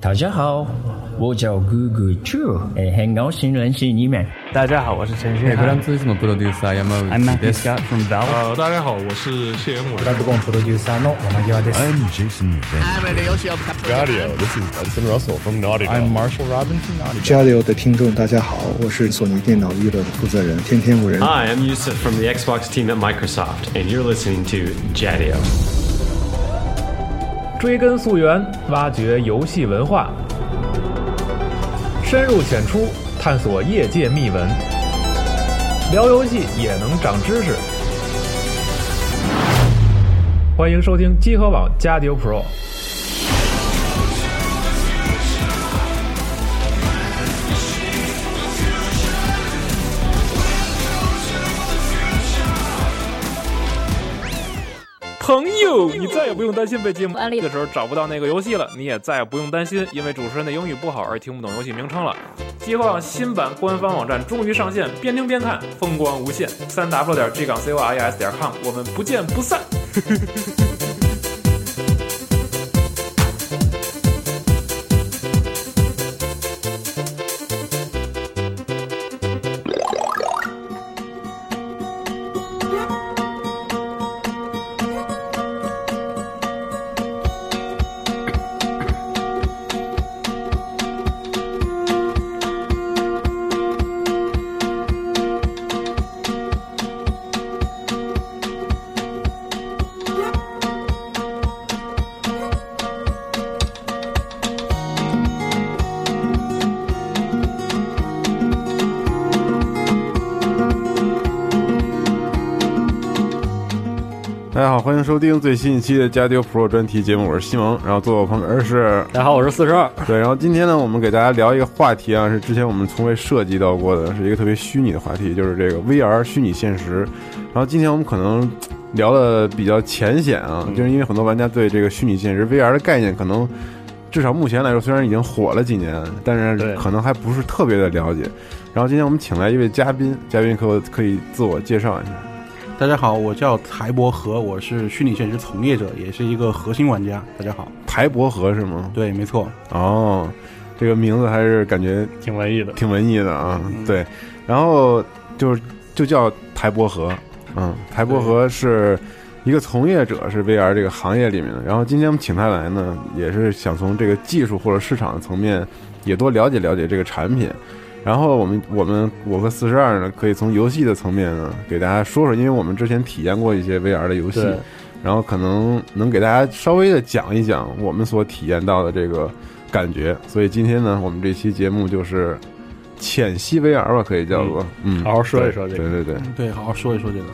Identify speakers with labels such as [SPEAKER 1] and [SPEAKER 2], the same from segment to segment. [SPEAKER 1] 大家好，我叫 Google Chu，诶，很高兴认识你们。
[SPEAKER 2] 大家好，我是陈
[SPEAKER 3] 美
[SPEAKER 2] 轩
[SPEAKER 3] 国男子いつもプロデューサー山内
[SPEAKER 2] I'm Matthew
[SPEAKER 3] です。
[SPEAKER 2] Scott from Valve。
[SPEAKER 4] 呃，大家好，我是谢元伟。
[SPEAKER 5] I'm Jason Van.
[SPEAKER 6] I'm Marshall Robinson.
[SPEAKER 7] 交流的听众，大家好，我是索尼电脑娱乐的负责人天天五人。
[SPEAKER 8] Hi, I'm Yusuf from the Xbox team at Microsoft, and you're listening to Jadio.
[SPEAKER 9] 追根溯源，挖掘游戏文化，深入浅出探索业界秘闻，聊游戏也能长知识。欢迎收听集合网加丢 Pro。朋友，你再也不用担心被节目安利的时候找不到那个游戏了，你也再也不用担心因为主持人的英语不好而听不懂游戏名称了。集合网新版官方网站终于上线，边听边看，风光无限。三 w 点 g 港 c o r e s 点 com，我们不见不散。
[SPEAKER 10] 大家好，欢迎收听最新一期的《加丢 Pro》专题节目，我是西蒙，然后坐我旁边是，
[SPEAKER 2] 大家好，我是四十二。
[SPEAKER 10] 对，然后今天呢，我们给大家聊一个话题啊，是之前我们从未涉及到过的，是一个特别虚拟的话题，就是这个 VR 虚拟现实。然后今天我们可能聊的比较浅显啊，
[SPEAKER 2] 嗯
[SPEAKER 10] 就是因为很多玩家对这个虚拟现实 VR 的概念，可能至少目前来说，虽然已经火了几年，但
[SPEAKER 2] 对
[SPEAKER 10] 是可能还不是特别的了解。然后今天我们请来一位嘉宾，嘉宾可我可以自我介绍一下。
[SPEAKER 11] 大家好，我叫柴博和，我是虚拟现实从业者，也是一个核心玩家。大家好，
[SPEAKER 10] 台伯和是吗？
[SPEAKER 11] 对，没错，
[SPEAKER 10] 哦，这个名字还是感觉
[SPEAKER 2] 挺文艺的，
[SPEAKER 10] 挺文艺的啊。
[SPEAKER 11] 嗯
[SPEAKER 10] 对，然后就是就叫台伯和，嗯，台伯和是一个从业者，是 VR 这个行业里面的。然后今天我们请他来呢，也是想从这个技术或者市场的层面也多了解了解这个产品。然后我们我们我和四十二呢，可以从游戏的层面呢给大家说说，因为我们之前体验过一些 VR 的游戏，
[SPEAKER 2] 对
[SPEAKER 10] 然后可能能给大家稍微的讲一讲我们所体验到的这个感觉。所以今天呢，我们这期节目就是浅析 VR 吧，可以叫做嗯，
[SPEAKER 2] 好好说一说这
[SPEAKER 10] 对
[SPEAKER 2] 个
[SPEAKER 10] 对对，
[SPEAKER 11] 对，好好说一说这个。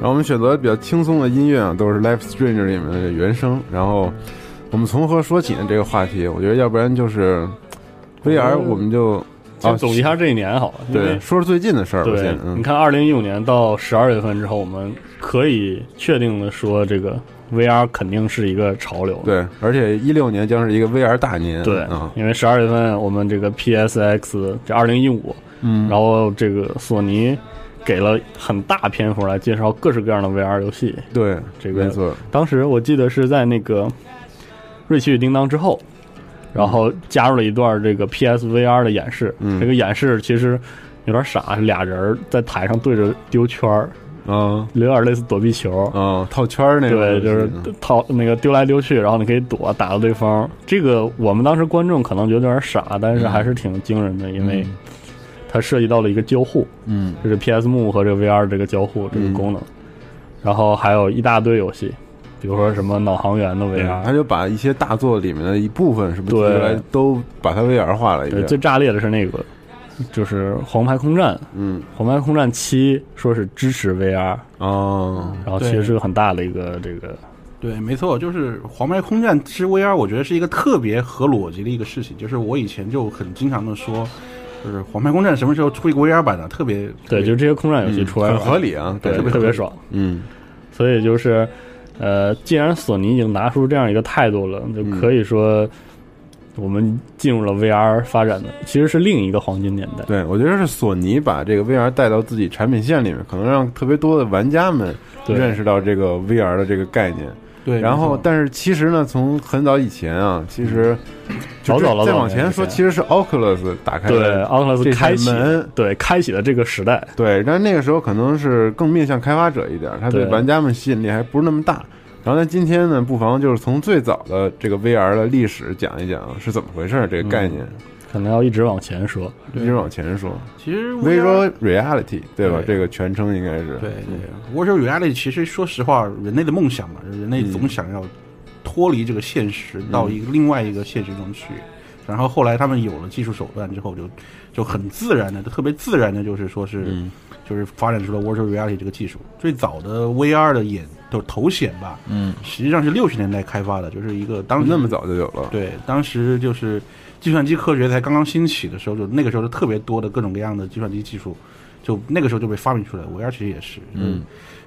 [SPEAKER 10] 然后我们选择比较轻松的音乐啊，都是《Life Stranger》里面的原声。然后我们从何说起呢？这个话题，我觉得要不然就是 VR，我们就啊
[SPEAKER 2] 先总结一下这一年好了。因为
[SPEAKER 10] 对，说说最近的事儿吧，
[SPEAKER 2] 对
[SPEAKER 10] 先，嗯
[SPEAKER 2] 你，看，二零一五年到十二月份之后，我们可以确定的说，这个 VR 肯定是一个潮流。
[SPEAKER 10] 对，而且一六年将是一个 VR 大年，
[SPEAKER 2] 对
[SPEAKER 10] 啊，，
[SPEAKER 2] 因为十二月份我们这个 PSX 这二零一五，
[SPEAKER 10] 嗯，
[SPEAKER 2] 然后这个索尼给了很大篇幅来介绍各式各样的 VR 游戏。
[SPEAKER 10] 对，
[SPEAKER 2] 这个
[SPEAKER 10] 没错，
[SPEAKER 2] 当时我记得是在那个《瑞奇与叮当》之后，然后加入了一段这个 PSVR 的演示。
[SPEAKER 10] 嗯
[SPEAKER 2] 这个演示其实有点傻，俩人在台上对着丢圈儿，
[SPEAKER 10] 啊
[SPEAKER 2] 有点类似躲避球。
[SPEAKER 10] 啊，套圈儿那种
[SPEAKER 2] 对，
[SPEAKER 10] 东西，
[SPEAKER 2] 就是
[SPEAKER 10] 嗯
[SPEAKER 2] 套那个丢来丢去，然后你可以躲打到对方。这个我们当时观众可能觉得有点傻，但是
[SPEAKER 10] 嗯
[SPEAKER 2] 还是挺惊人的，因为它涉及到了一个交互。
[SPEAKER 10] 嗯，
[SPEAKER 2] 就是 PS 幕和这个 VR 这个交互这个
[SPEAKER 10] 嗯
[SPEAKER 2] 功能，然后还有一大堆游戏，比如说什么脑航员的
[SPEAKER 10] 嗯他
[SPEAKER 2] VR。
[SPEAKER 10] 就把一些大作里面的一部分，是不是
[SPEAKER 2] 对
[SPEAKER 10] 提出来都把它 VR 化了一
[SPEAKER 2] 对，
[SPEAKER 10] 遍？
[SPEAKER 2] 最炸裂的是那个，就是《黄牌空战》，
[SPEAKER 10] 嗯，
[SPEAKER 2] 《黄牌空战七》说是支持 VR，
[SPEAKER 10] 哦，
[SPEAKER 2] 然后其实是个很大的一个这个，
[SPEAKER 11] 对，没错，就是《黄牌空战之 VR》，我觉得是一个特别合逻辑的一个事情。就是我以前就很经常的说，就是《黄牌空战》什么时候出一个 VR 版的，特别
[SPEAKER 2] 对，就是这些空战游戏
[SPEAKER 10] 嗯
[SPEAKER 2] 出来
[SPEAKER 10] 很
[SPEAKER 2] 了，
[SPEAKER 10] 合理啊，
[SPEAKER 2] 对，
[SPEAKER 10] 特别
[SPEAKER 2] 特别，爽。
[SPEAKER 10] 嗯
[SPEAKER 2] 所以就是，呃，既然索尼已经拿出这样一个态度了，就可以说我们进入了 VR 发展的其实是另一个黄金年代。
[SPEAKER 10] 对，我觉得是索尼把这个 VR 带到自己产品线里面，可能让特别多的玩家们
[SPEAKER 2] 对
[SPEAKER 10] 认识到这个 VR 的这个概念。
[SPEAKER 11] 对
[SPEAKER 10] 然
[SPEAKER 11] 没
[SPEAKER 10] 后
[SPEAKER 11] 错
[SPEAKER 10] 但是其实呢，从很早以前啊，其实就
[SPEAKER 2] 老
[SPEAKER 10] 是
[SPEAKER 2] 早老
[SPEAKER 10] 再
[SPEAKER 2] 早
[SPEAKER 10] 往前
[SPEAKER 2] 年
[SPEAKER 10] 说，
[SPEAKER 2] 代
[SPEAKER 10] 其实是 Oculus 打开
[SPEAKER 2] 对
[SPEAKER 10] 了这
[SPEAKER 2] ，Oculus
[SPEAKER 10] 扇
[SPEAKER 2] 开启
[SPEAKER 10] 门，
[SPEAKER 2] 对开启了这个时代。
[SPEAKER 10] 对，但是那个时候可能是更面向开发者一点，它对
[SPEAKER 2] 对
[SPEAKER 10] 玩家们吸引力还不是那么大。然后咱今天呢，不妨就是从最早的这个 VR 的历史讲一讲是怎么回事儿，这个概念、
[SPEAKER 2] 可能要一直往前说，
[SPEAKER 10] 一直往前说。
[SPEAKER 11] 其实
[SPEAKER 10] Virtual Reality 对吧？
[SPEAKER 11] 对
[SPEAKER 10] 这个全称应该是
[SPEAKER 11] 对对，Virtual Reality 其实说实话，人类的梦想嘛，人类
[SPEAKER 10] 嗯
[SPEAKER 11] 总想要脱离这个现实，到一个另外一个现实中去。然后后来他们有了技术手段之后就，就很自然的，就特别自然的，就是说是、
[SPEAKER 10] 嗯
[SPEAKER 11] 就是发展出了 Virtual Reality 这个技术。最早的 VR 的眼就是头显吧，
[SPEAKER 10] 嗯，
[SPEAKER 11] 实际上是六十年代开发的，就是一个当时
[SPEAKER 10] 那么早就有了。
[SPEAKER 11] 对，当时就是计算机科学才刚刚兴起的时候，就那个时候就特别多的各种各样的计算机技术，就那个时候就被发明出来。VR 其实也是，
[SPEAKER 10] 嗯，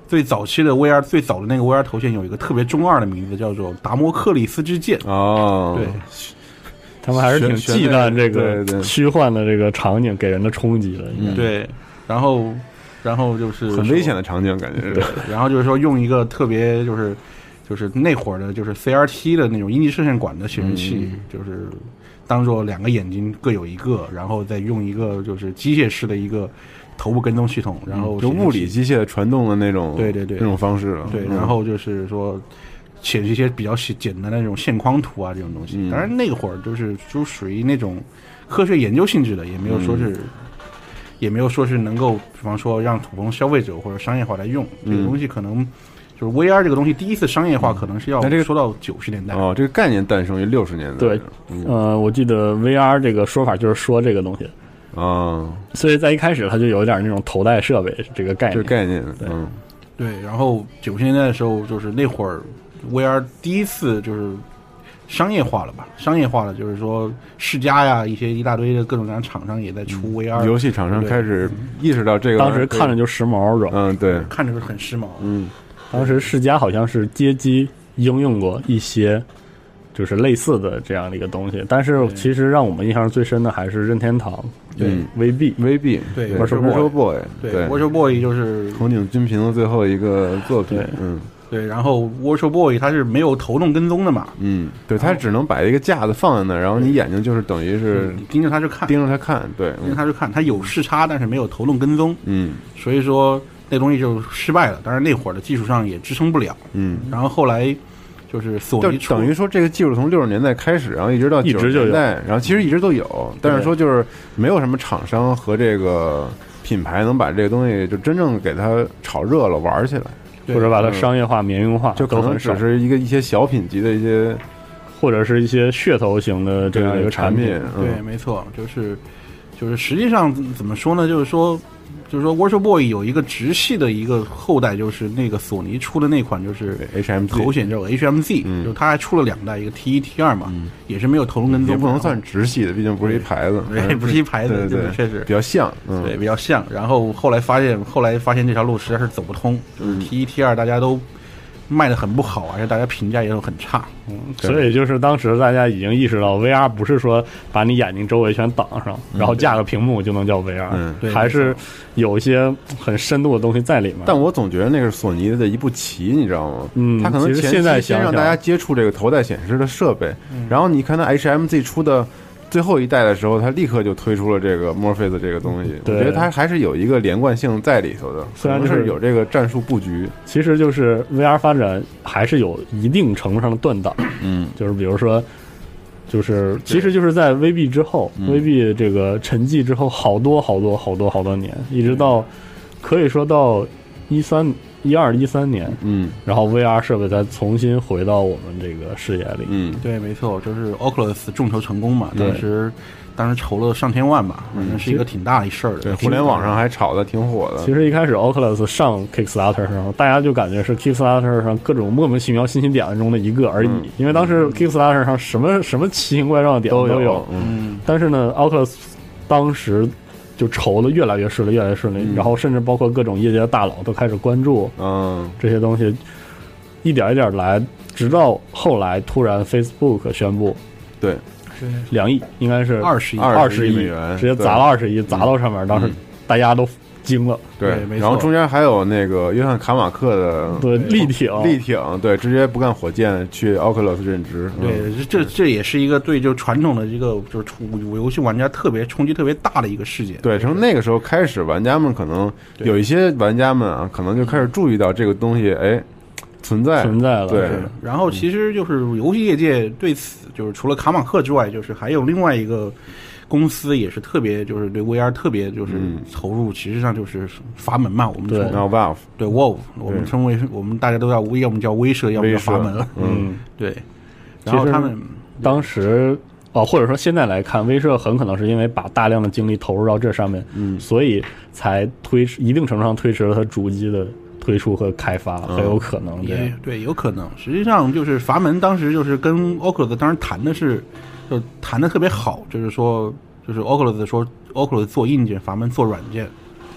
[SPEAKER 11] 最早期的 VR 最早的那个 VR 头衔有一个特别中二的名字，叫做达摩克里斯之剑。
[SPEAKER 10] 哦，
[SPEAKER 11] 对，
[SPEAKER 2] 他们还是挺忌惮这
[SPEAKER 11] 对对
[SPEAKER 2] 个虚幻的这个场景给人的冲击的。应该
[SPEAKER 11] 对，然后然后就是
[SPEAKER 10] 嗯很危险的场景，感觉
[SPEAKER 11] 对
[SPEAKER 10] 是。，
[SPEAKER 11] 然后就是说用一个特别就是就是那会儿的就是 CRT 的那种阴极射线管的显示器，
[SPEAKER 10] 嗯
[SPEAKER 11] 就是当做两个眼睛各有一个，然后再用一个就是机械式的一个头部跟踪系统，然后
[SPEAKER 10] 嗯就
[SPEAKER 11] 显示
[SPEAKER 10] 物
[SPEAKER 11] 器
[SPEAKER 10] 理机械传动的那种，
[SPEAKER 11] 对对对
[SPEAKER 10] 那种方式了。
[SPEAKER 11] 对，
[SPEAKER 10] 嗯
[SPEAKER 11] 然后就是说显示一些比较简简单的那种线框图啊这种东
[SPEAKER 10] 嗯
[SPEAKER 11] 西。当然那会儿就是就属于那种科学研究性质的，也没有说是、
[SPEAKER 10] 嗯
[SPEAKER 11] 也没有说是能够，比方说让普通消费者或者商业化来用这个
[SPEAKER 10] 嗯
[SPEAKER 11] 东西，可能。就是 VR 这个东西第一次商业化，可能是要
[SPEAKER 10] 那这个
[SPEAKER 11] 说到九十年代。
[SPEAKER 10] 哦，这个概念诞生于六十年代。
[SPEAKER 2] 对，呃，我记得 VR 这个说法就是说这个东西，
[SPEAKER 10] 啊，
[SPEAKER 2] 所以在一开始它就有点那种头戴设备这个概
[SPEAKER 10] 这个
[SPEAKER 2] 念。
[SPEAKER 10] 概念，嗯，
[SPEAKER 11] 对，然后九十年代的时候，就是那会儿 VR 第一次就是商业化了吧？商业化了，就是说世嘉呀，一些一大堆的各种各样的厂商也在出 VR，、
[SPEAKER 10] 游戏厂商
[SPEAKER 11] 对
[SPEAKER 10] 开始意识到这个玩意
[SPEAKER 2] 当
[SPEAKER 10] 儿可以，
[SPEAKER 2] 时看着就时髦软。
[SPEAKER 10] 嗯，对，
[SPEAKER 11] 看着是很时髦。
[SPEAKER 10] 嗯，
[SPEAKER 2] 当时世嘉好像是街机应用过一些就是类似的这样的一个东西，但是其实让我们印象最深的还是任天堂
[SPEAKER 11] 对
[SPEAKER 10] 嗯
[SPEAKER 2] VB。
[SPEAKER 10] ，VB，
[SPEAKER 11] 对
[SPEAKER 10] v i r t
[SPEAKER 11] Virtual
[SPEAKER 10] u Boy，
[SPEAKER 11] 对 v i r t u a Boy 就是
[SPEAKER 10] 红井军平的最后一个作品
[SPEAKER 2] 对，
[SPEAKER 10] 嗯
[SPEAKER 11] 对，然后 v i r t u a Boy 它是没有头动跟踪的嘛，
[SPEAKER 10] 嗯，对，它只能把一个架子放在那儿，然后你眼睛就是等于是
[SPEAKER 11] 你盯着它去看，盯
[SPEAKER 10] 盯着它看，对，嗯
[SPEAKER 11] 着嗯它去看，它有视差，但是没有头动跟踪，
[SPEAKER 10] 嗯
[SPEAKER 11] 所以说那东西就失败了。当然那会儿的技术上也支撑不了。
[SPEAKER 10] 嗯。
[SPEAKER 11] 然后后来就是索
[SPEAKER 10] 就
[SPEAKER 11] 尼出
[SPEAKER 10] 等于说，这个技术从六十年代开始，然后一直到
[SPEAKER 2] 一
[SPEAKER 10] 九
[SPEAKER 2] 直
[SPEAKER 10] 十
[SPEAKER 2] 就有
[SPEAKER 10] 年代，然后其实一直都有，但是说就是没有什么厂商和这个品牌能把这个东西就真正给它炒热了、玩儿起来，
[SPEAKER 11] 对
[SPEAKER 2] 或者把它商业化、民用化，
[SPEAKER 10] 嗯就可
[SPEAKER 2] 都
[SPEAKER 10] 能
[SPEAKER 2] 很少
[SPEAKER 10] 只，是一个一些小品级的一些啊
[SPEAKER 2] 或者是一些噱头型的这样一个
[SPEAKER 10] 产嗯
[SPEAKER 2] 产品。
[SPEAKER 11] 对，没错，就是就是实际上怎么说呢？就是说，就是说 v i r t u a Boy 有一个直系的一个后代，就是那个索尼出的那款就是
[SPEAKER 10] 对 HMZ
[SPEAKER 11] 头显叫 HMZ，、
[SPEAKER 10] 嗯
[SPEAKER 11] 就它还出了两代，一个 T 一 T 二嘛，也是没有头龙跟
[SPEAKER 10] 也
[SPEAKER 11] 踪，
[SPEAKER 10] 不能算直系的，毕竟不是一牌子，
[SPEAKER 11] 对
[SPEAKER 10] 嗯
[SPEAKER 11] 不是一牌子
[SPEAKER 10] 对对
[SPEAKER 11] 这个
[SPEAKER 10] 对，
[SPEAKER 11] 确实
[SPEAKER 10] 比较像，嗯，
[SPEAKER 11] 对，比较像。然后后来发现，后来发现这条路实在是走不通，就是
[SPEAKER 10] 嗯
[SPEAKER 11] T 一 T 二大家都卖的很不好，啊而且大家评价也都很差。
[SPEAKER 10] 对
[SPEAKER 2] 所以就是当时大家已经意识到，VR 不是说把你眼睛周围全挡上，然后架个屏幕就能叫 VR，、
[SPEAKER 10] 嗯
[SPEAKER 11] 对
[SPEAKER 2] 还是有一些很深度的东西在里面。
[SPEAKER 10] 但我总觉得那是索尼的一步棋，你知道吗？
[SPEAKER 2] 嗯
[SPEAKER 10] 它可能
[SPEAKER 2] 其实
[SPEAKER 10] 前
[SPEAKER 2] 现在
[SPEAKER 10] 期
[SPEAKER 2] 想
[SPEAKER 10] 先让
[SPEAKER 2] 想嗯
[SPEAKER 10] 大家接触这个头戴显示的设备，然后你看它 HMZ 出的最后一代的时候，它立刻就推出了这个 Morpheus 这个东西。我
[SPEAKER 2] 对
[SPEAKER 10] 觉得它还是有一个连贯性在里头的，
[SPEAKER 2] 虽然
[SPEAKER 10] 可能
[SPEAKER 2] 就是
[SPEAKER 10] 是有这个战术布局。
[SPEAKER 2] 其实就是 VR 发展还是有一定程度上的断档，
[SPEAKER 10] 嗯，
[SPEAKER 2] 就是比如说，就是其实就是在 VB 之后、v
[SPEAKER 10] 嗯
[SPEAKER 2] b 这个沉寂之后，好多好多好多好多年，一直到可以说到一三一二一三年，
[SPEAKER 10] 嗯
[SPEAKER 2] 然后 VR 设备才重新回到我们这个视野里。
[SPEAKER 10] 嗯，
[SPEAKER 11] 对，没错，就是 Oculus 众筹成功嘛，
[SPEAKER 2] 对
[SPEAKER 11] 当时当时筹了上千万吧，反正是一个挺大一事儿
[SPEAKER 10] 嗯对，
[SPEAKER 11] 的。
[SPEAKER 10] 互联网上还炒的挺火
[SPEAKER 2] 其
[SPEAKER 10] 的。
[SPEAKER 2] 实一开始 Oculus 上 Kickstarter 上，大家就感觉是 Kickstarter 上各种莫名其妙新兴点子中的一个而已，
[SPEAKER 10] 嗯
[SPEAKER 2] 因为当时 Kickstarter 上什么什么奇形怪状的点子
[SPEAKER 10] 有，
[SPEAKER 2] 都
[SPEAKER 10] 嗯，
[SPEAKER 2] 但是呢，Oculus 当时就筹的越来越顺利，越来越顺利，然后甚至包括各种业界的大佬都开始关注
[SPEAKER 10] 嗯，
[SPEAKER 2] 这些东西，一点一点来，直到后来突然 Facebook 宣布
[SPEAKER 10] 对，
[SPEAKER 2] 两亿，应该是
[SPEAKER 11] 20亿
[SPEAKER 2] 二
[SPEAKER 10] 20
[SPEAKER 2] 十
[SPEAKER 10] 亿
[SPEAKER 2] 亿
[SPEAKER 10] 美元
[SPEAKER 2] 直接砸了二十亿，砸到上面，当时大家都惊了。
[SPEAKER 10] 对，然后中间还有那个约翰卡马克的
[SPEAKER 2] 对力挺
[SPEAKER 10] 力挺，对，直接不干火箭去奥克勒斯任职，嗯
[SPEAKER 11] 对，这这也是一个对就传统的一个就是出游戏玩家特别冲击特别大的一个事件。
[SPEAKER 10] 对，从那个时候开始，玩家们可能有一些玩家们啊，可能就开始注意到这个东西，哎，存在
[SPEAKER 2] 存在了
[SPEAKER 10] 对，
[SPEAKER 11] 嗯然后其实就是游戏业界对此，就是除了卡马克之外，就是还有另外一个公司也是特别，就是对 VR 特别就是投入，其实上就是阀门嘛，我们
[SPEAKER 10] 对
[SPEAKER 11] 称
[SPEAKER 10] 然后 Valve
[SPEAKER 11] 对 Valve，我们称为我们大家都叫微，要么叫威社，要么
[SPEAKER 2] 威
[SPEAKER 11] 叫
[SPEAKER 2] 社
[SPEAKER 11] 阀门了，
[SPEAKER 2] 嗯，
[SPEAKER 11] 对。然后他们
[SPEAKER 2] 当时啊，或者说现在来看，威社很可能是因为把大量的精力投入到这上面，嗯，所以才推迟一定程度上推迟了它主机的推出和开发，很有可能这
[SPEAKER 11] 也
[SPEAKER 2] 样。
[SPEAKER 11] 对，有可能。实际上就是阀门当时就是跟 Oculus 当时谈的是，就谈的特别好，就是说，就是 Oculus 说 Oculus 做硬件，阀门做软件，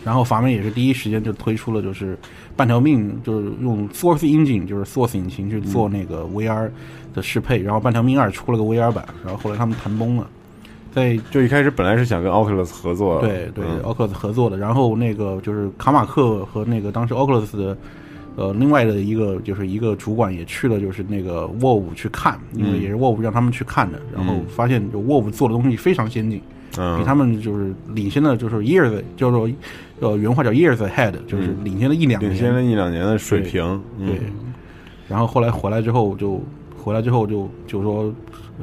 [SPEAKER 11] 然后阀门也是第一时间就推出了，就是半条命，就是用 Source Engine，就是 Source 引擎去
[SPEAKER 2] 嗯
[SPEAKER 11] 做那个 VR 的适配，然后半条命二出了个 VR 版，然后后来他们谈崩了。在
[SPEAKER 10] 就一开始本来是想跟 Oculus 合作的，
[SPEAKER 11] 对对
[SPEAKER 10] 嗯
[SPEAKER 11] ，Oculus 合作的。然后那个就是卡马克和那个当时 Oculus 的呃另外的一个就是一个主管也去了，就是那个 w o l v 去看，因为
[SPEAKER 10] 嗯
[SPEAKER 11] 也是 w o l v 让他们去看的。然后
[SPEAKER 10] 嗯
[SPEAKER 11] 发现就 w o l v 做的东西非常先进，
[SPEAKER 10] 嗯
[SPEAKER 11] 比他们就是领先的就是 years，叫做呃原话叫 years ahead，就是
[SPEAKER 10] 嗯
[SPEAKER 11] 领先了一两年，
[SPEAKER 10] 领先了一两年的水平，嗯
[SPEAKER 11] 对，然后后来回来之后就回来之后就就说，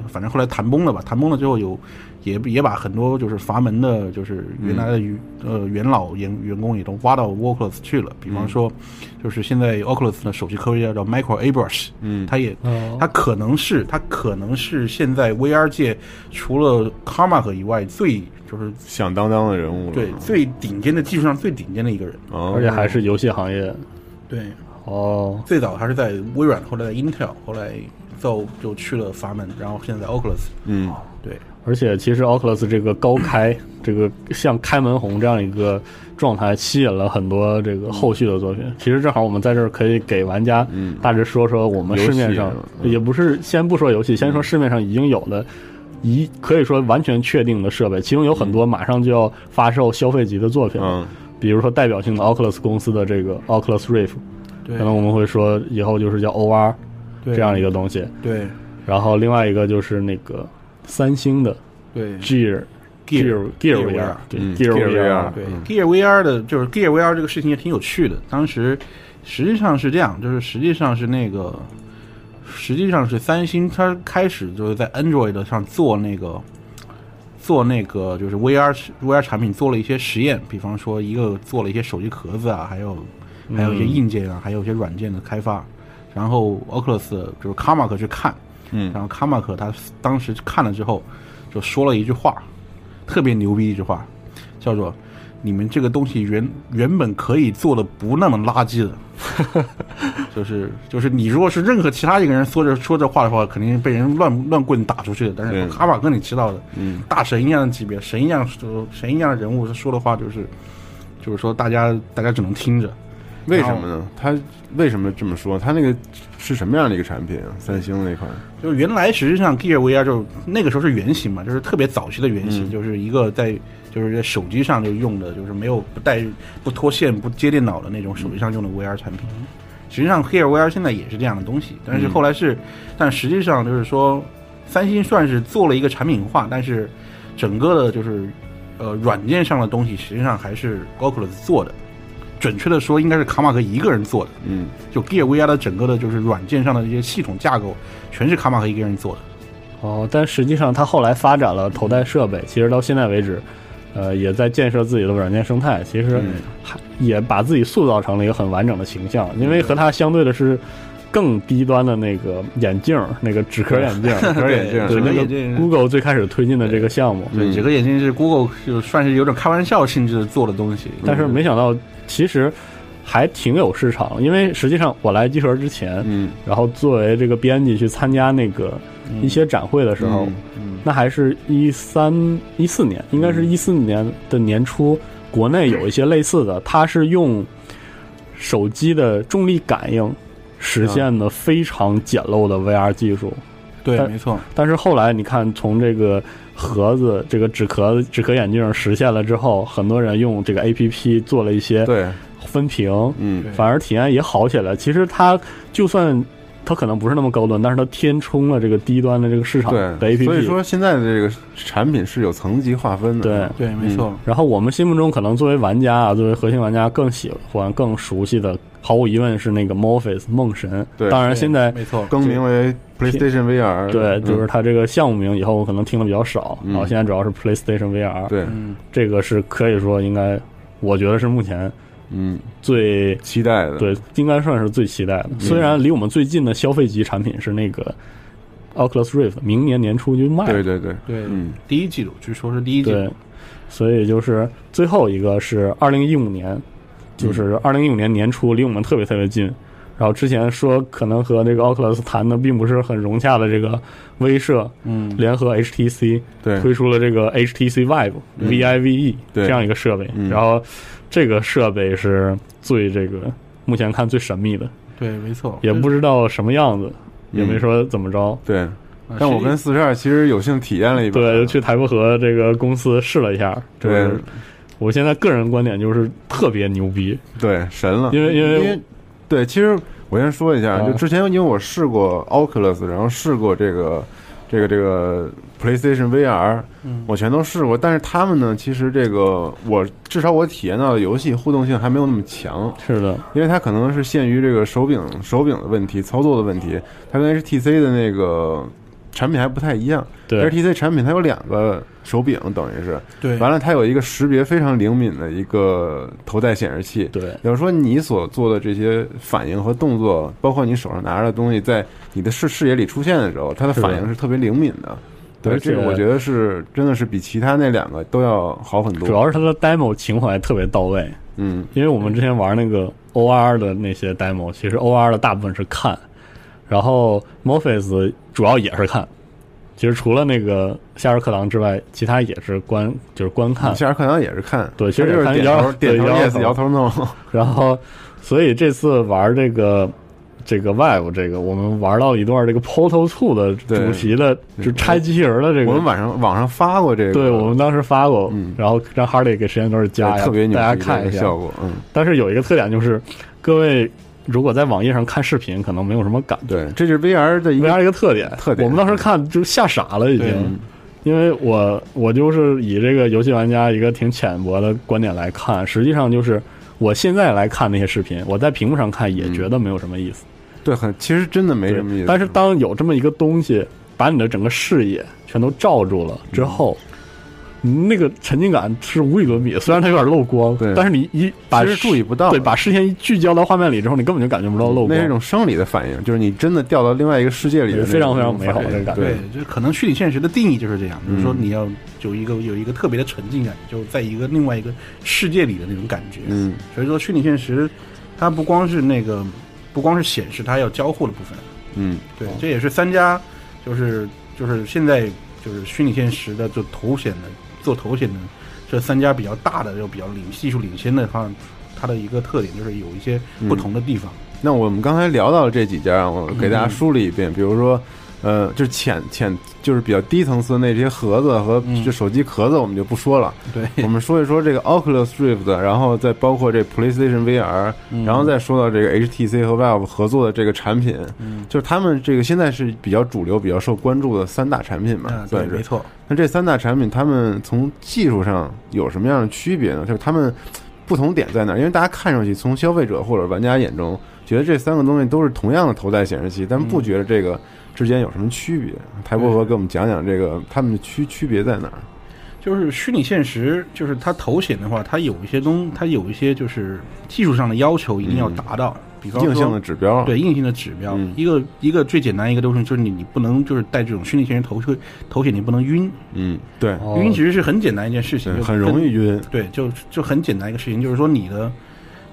[SPEAKER 11] 反正后来谈崩了吧，谈崩了之后有也也把很多就是阀门的，就是原来的员、
[SPEAKER 10] 嗯
[SPEAKER 11] 呃元老员员工也都挖到 Oculus 去了，比方说就是现在 Oculus 的首席科学家叫 Michael Abrams，
[SPEAKER 10] 嗯，
[SPEAKER 11] 他也、
[SPEAKER 2] 哦
[SPEAKER 11] 他可能是他可能是现在 VR 界除了 Carmack 以外最就是
[SPEAKER 10] 响当当的人物了，
[SPEAKER 11] 对最顶尖的技术上最顶尖的一个人，
[SPEAKER 10] 哦
[SPEAKER 2] 而且还是游戏行业
[SPEAKER 11] 对。
[SPEAKER 2] 哦，
[SPEAKER 11] 最早他是在微软，后来在 Intel，后来就就去了阀门，然后现在在 Oculus。
[SPEAKER 10] 嗯，
[SPEAKER 11] 对，
[SPEAKER 2] 而且其实 Oculus 这个高 开，这个像开门红这样一个状态，吸引了很多这个后续的作品。
[SPEAKER 10] 嗯
[SPEAKER 2] 其实正好我们在这儿可以给玩家大致说说我们市面上
[SPEAKER 10] 游戏，啊
[SPEAKER 2] 也不是先不说游戏，先说市面上已经有的。一可以说完全确定的设备，其中有很多马上就要发售消费级的作品，
[SPEAKER 10] 嗯、
[SPEAKER 2] 比如说代表性的 Oculus 公司的这个 Oculus Rift，
[SPEAKER 11] 对
[SPEAKER 2] 可能我们会说以后就是叫 OR
[SPEAKER 11] 对
[SPEAKER 2] 这样一个东西，
[SPEAKER 11] 对
[SPEAKER 2] 然后另外一个就是那个三星的
[SPEAKER 11] 对
[SPEAKER 2] Gear
[SPEAKER 11] Gear
[SPEAKER 2] Gear
[SPEAKER 11] Gear
[SPEAKER 2] VR
[SPEAKER 11] VR
[SPEAKER 2] 对
[SPEAKER 10] 嗯
[SPEAKER 2] Gear
[SPEAKER 10] Gear
[SPEAKER 2] VR
[SPEAKER 10] VR
[SPEAKER 11] 对、Gear VR 的，就是 Gear VR 这个事情也挺有趣的。当时实际上是这样，就是实际上是那个，实际上是三星它开始就是在 Android 上做那个。做那个就是 VR VR 产品做了一些实验，比方说一个做了一些手机壳子啊，还有还有一些
[SPEAKER 2] 嗯
[SPEAKER 11] 硬件啊，还有一些软件的开发。然后 Oculus 就是 Kamak 去看，
[SPEAKER 10] 嗯
[SPEAKER 11] 然后 Kamak 他当时看了之后就说了一句话，特别牛逼一句话，叫做“你们这个东西原原本可以做的不那么垃圾的”， 就是就是你如果是任何其他一个人说这说这话的话，肯定是被人乱乱棍打出去的。但是
[SPEAKER 10] 对
[SPEAKER 11] 卡马克你知道的，
[SPEAKER 10] 嗯
[SPEAKER 11] 大神一样的级别，神一样神一样的人物，他说的话就是就是说大家大家只能听着。
[SPEAKER 10] 为什么呢？他为什么这么说？他那个是什么样的一个产品啊？三星那款，
[SPEAKER 11] 就是原来实际上 Gear VR 就是那个时候是原型嘛，就是特别早期的原型，
[SPEAKER 10] 嗯
[SPEAKER 11] 就是一个在就是在手机上就用的，就是没有不带不脱线不接电脑的那种手机上用的
[SPEAKER 10] 嗯
[SPEAKER 11] VR 产品。实际上 Gear VR 现在也是这样的东西，但是
[SPEAKER 10] 嗯
[SPEAKER 11] 后来是，但实际上就是说，三星算是做了一个产品化，但是整个的就是呃软件上的东西实际上还是 Oculus 做的。准确的说，应该是卡马克一个人做的。
[SPEAKER 10] 嗯，
[SPEAKER 11] 就 Gear VR 的整个的就是软件上的这些系统架构，全是卡马克一个人做的。
[SPEAKER 2] 哦，但实际上它后来发展了头戴设备，其实到现在为止，呃，也在建设自己的软件生态，其实
[SPEAKER 11] 嗯
[SPEAKER 2] 还也把自己塑造成了一个很完整的形象，因为和它相对的是。更低端的那个眼镜儿，那个纸壳眼 镜儿，
[SPEAKER 11] 纸壳眼镜儿
[SPEAKER 2] 对
[SPEAKER 11] 纸壳
[SPEAKER 2] 那
[SPEAKER 11] 眼镜儿
[SPEAKER 2] 个 Google 最开始推进的这个项目，
[SPEAKER 10] 嗯
[SPEAKER 11] 对，这个眼镜是 Google 就算是有点开玩笑性质做的东西，嗯
[SPEAKER 2] 但是没想到其实还挺有市场，因为实际上我来集合之前，
[SPEAKER 10] 嗯，
[SPEAKER 2] 然后作为这个编辑去参加那个一些展会的时候，那还是一三一四年，应该是一四年的年初，国内有一些类似的，它是用手机的重力感应实现的非常简陋的 VR 技术。
[SPEAKER 11] 对
[SPEAKER 2] 但
[SPEAKER 11] 没错。
[SPEAKER 2] 但是后来你看，从这个盒子、这个纸壳、纸壳眼镜实现了之后，很多人用这个 APP 做了一些
[SPEAKER 10] 对
[SPEAKER 2] 分屏，
[SPEAKER 10] 嗯
[SPEAKER 2] 反而体验也好起来。其实它就算它可能不是那么高端，但是它填充了这个低端的这个市场的
[SPEAKER 10] 对，
[SPEAKER 2] APP。
[SPEAKER 10] 所以说现在的这个产品是有层级划分的。
[SPEAKER 2] 对
[SPEAKER 10] 嗯
[SPEAKER 2] 然后我们心目中可能作为玩家啊，作为核心玩家更喜欢、更熟悉的，毫无疑问是那个 Morpheus 梦神。
[SPEAKER 10] 对，
[SPEAKER 2] 当然现在
[SPEAKER 10] 更名为 PlayStation VR。
[SPEAKER 2] 对，就是
[SPEAKER 10] 嗯
[SPEAKER 2] 它这个项目名以后我可能听的比较少，
[SPEAKER 10] 嗯
[SPEAKER 2] 然后现在主要是 PlayStation VR。
[SPEAKER 10] 对
[SPEAKER 11] 嗯
[SPEAKER 2] 这个是可以说应该，我觉得是目前
[SPEAKER 10] 嗯
[SPEAKER 2] 最
[SPEAKER 10] 期待的，
[SPEAKER 2] 对，应该算是最期待的。虽然离我们最近的消费级产品是那个 Oculus Rift，明年年初就卖了。
[SPEAKER 10] 对对对
[SPEAKER 11] 对，第一季度据说是第一季
[SPEAKER 2] 对
[SPEAKER 11] 度，，
[SPEAKER 2] 所以就是最后一个是二零一五年，就是二零一五年年初，离我们特别特别近。然后之前说可能和这个 Oculus 谈的并不是很融洽的这个威社，
[SPEAKER 11] 嗯
[SPEAKER 2] 联合 HTC
[SPEAKER 10] 对
[SPEAKER 2] 推出了这个 HTC Vive、
[SPEAKER 10] 嗯
[SPEAKER 2] VIVE
[SPEAKER 10] 对
[SPEAKER 2] E，这样一个设备，
[SPEAKER 10] 嗯
[SPEAKER 2] 然后这个设备是最这个目前看最神秘的，
[SPEAKER 11] 对，没错，
[SPEAKER 2] 也不知道什么样子，
[SPEAKER 10] 嗯
[SPEAKER 2] 也没说怎么着。
[SPEAKER 10] 对，
[SPEAKER 11] 呃
[SPEAKER 10] 但我跟四十二其实有幸体验了一把。
[SPEAKER 2] 啊对，去台伯河这个公司试了一下，就是
[SPEAKER 10] 对
[SPEAKER 2] 我现在个人观点就是特别牛逼，
[SPEAKER 10] 对，神了，
[SPEAKER 2] 因为因为
[SPEAKER 10] 对，其实我先说一下，
[SPEAKER 2] 啊
[SPEAKER 10] 就之前因为我试过 Oculus，然后试过这个这个这个 PlayStation VR，我
[SPEAKER 2] 嗯
[SPEAKER 10] 全都试过，但是他们呢，其实这个我至少我体验到的游戏互动性还没有那么强，
[SPEAKER 2] 是的，
[SPEAKER 10] 因为它可能是限于这个手柄手柄的问题、操作的问题，它跟 HTC 的那个产品还不太一样。
[SPEAKER 2] 对
[SPEAKER 10] ，HTC 产品它有两个手柄，等于是
[SPEAKER 11] 对
[SPEAKER 10] 完了它有一个识别非常灵敏的一个头戴显示器，
[SPEAKER 2] 对，
[SPEAKER 10] 也就是说你所做的这些反应和动作，包括你手上拿着的东西，在你的视视野里出现的时候，它的
[SPEAKER 2] 是的
[SPEAKER 10] 反应是特别灵敏的。对，
[SPEAKER 2] 而
[SPEAKER 10] 这个
[SPEAKER 2] 且
[SPEAKER 10] 我觉得是真的是比其他那两个都要好很多。
[SPEAKER 2] 主要是它的 demo 情怀特别到位，
[SPEAKER 10] 嗯，
[SPEAKER 2] 因为我们之前玩那个 OR 的那些 demo，其实 OR 的大部分是看，然后 Morpheus 主要也是看，其实除了那个夏日课堂之外，其他也是观就是观看，
[SPEAKER 10] 夏日课堂也是看，
[SPEAKER 2] 啊对，其实
[SPEAKER 10] 它就是
[SPEAKER 2] 看
[SPEAKER 10] 点
[SPEAKER 2] 摇
[SPEAKER 10] 头点头
[SPEAKER 2] 对
[SPEAKER 10] yes 摇头 no。
[SPEAKER 2] 然后，所以这次玩这个这个 Vive 这个，我们玩到一段这个 Portal Two 的主题的，就拆机器人 的这个。
[SPEAKER 10] 我们晚上网上发过这个，
[SPEAKER 2] 对，我们当时发过，然后让哈利给实验都是加
[SPEAKER 10] 对
[SPEAKER 2] 呀，
[SPEAKER 10] 特别牛
[SPEAKER 2] 大家
[SPEAKER 10] 逼的
[SPEAKER 2] 看
[SPEAKER 10] 一
[SPEAKER 2] 一
[SPEAKER 10] 个
[SPEAKER 2] 下
[SPEAKER 10] 效果，嗯，
[SPEAKER 2] 但是有一个特点就是，各位如果在网页上看视频，可能没有什么感觉。
[SPEAKER 10] 对，这是 VR 的一
[SPEAKER 2] 个 VR 一个特点。
[SPEAKER 10] 特点
[SPEAKER 2] 我们当时看就吓傻了，已
[SPEAKER 10] 对
[SPEAKER 2] 经。因为我我就是以这个游戏玩家一个挺浅薄的观点来看，实际上就是我现在来看那些视频，我在屏幕上看
[SPEAKER 10] 嗯
[SPEAKER 2] 也觉得没有什么意思。
[SPEAKER 10] 对，很其实真的没什么意思。
[SPEAKER 2] 但是当有这么一个东西把你的整个视野全都罩住了之后，那个沉浸感是无与伦比。虽然它有点漏光，但是你一把
[SPEAKER 10] 其实注意不到嗯
[SPEAKER 2] 对，把视线一聚焦到画面里之后，你根本就感觉不到漏光。
[SPEAKER 10] 那是一种生理的反应，就是你真的掉到另外一个世界里的那种，
[SPEAKER 2] 非常非常美好
[SPEAKER 10] 那种
[SPEAKER 2] 这个感觉
[SPEAKER 10] 对
[SPEAKER 11] 对，就是可能虚拟现实的定义就是这样，就是说
[SPEAKER 10] 嗯
[SPEAKER 11] 你要有一个有一个特别的沉浸感，就在一个另外一个世界里的那种感觉。
[SPEAKER 10] 嗯，
[SPEAKER 11] 所以说虚拟现实，它不光是那个，不光是显示，它还有交互的部分。
[SPEAKER 10] 嗯，
[SPEAKER 11] 对，这也是三家，就是就是现在就是虚拟现实的做头显的做头显的这三家比较大的又比较领技术领先的它它的一个特点就是有一些不同的地方。
[SPEAKER 10] 那我们刚才聊到这几家，我给大家
[SPEAKER 11] 嗯
[SPEAKER 10] 梳理一遍，比如说。呃，就是浅浅，就是比较低层次的那些盒子和就手机壳子，我们就不说了。
[SPEAKER 11] 嗯对，
[SPEAKER 10] 我们说一说这个 Oculus Rift，然后再包括这 PlayStation VR，、
[SPEAKER 11] 嗯
[SPEAKER 10] 然后再说到这个 HTC 和 Valve 合作的这个产品，
[SPEAKER 11] 嗯
[SPEAKER 10] 就是他们这个现在是比较主流、比较受关注的三大产品嘛，
[SPEAKER 11] 啊
[SPEAKER 10] 算
[SPEAKER 11] 对，
[SPEAKER 10] 是
[SPEAKER 11] 没。错。
[SPEAKER 10] 那这三大产品，他们从技术上有什么样的区别呢？就是他们不同点在哪儿？因为大家看上去从消费者或者玩家眼中，觉得这三个东西都是同样的头戴显示器，但
[SPEAKER 11] 嗯
[SPEAKER 10] 不觉得这个之间有什么区别。台伯和给我们讲讲这个他们的区区别在哪儿？
[SPEAKER 11] 就是虚拟现实，就是它头显的话，它有一些东，它有一些就是技术上的要求一定要达到，比方说
[SPEAKER 10] 嗯硬性的指标嗯
[SPEAKER 11] 对硬性的指标，一个一个最简单一个流程就是你你不能就是戴这种虚拟现实头盔头显，你不能晕，
[SPEAKER 10] 嗯，对，
[SPEAKER 11] 晕其实是很简单一件事情，
[SPEAKER 10] 对
[SPEAKER 11] 就
[SPEAKER 10] 很容易晕，
[SPEAKER 11] 对，就就很简单一个事情，就是说你的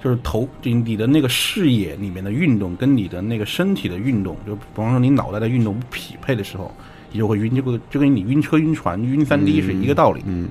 [SPEAKER 11] 就是头就你的那个视野里面的运动跟你的那个身体的运动，就比方说你脑袋的运动不匹配的时候，你就会晕，就跟就跟你晕车、晕船、晕三 D 是一个道理。
[SPEAKER 10] 嗯，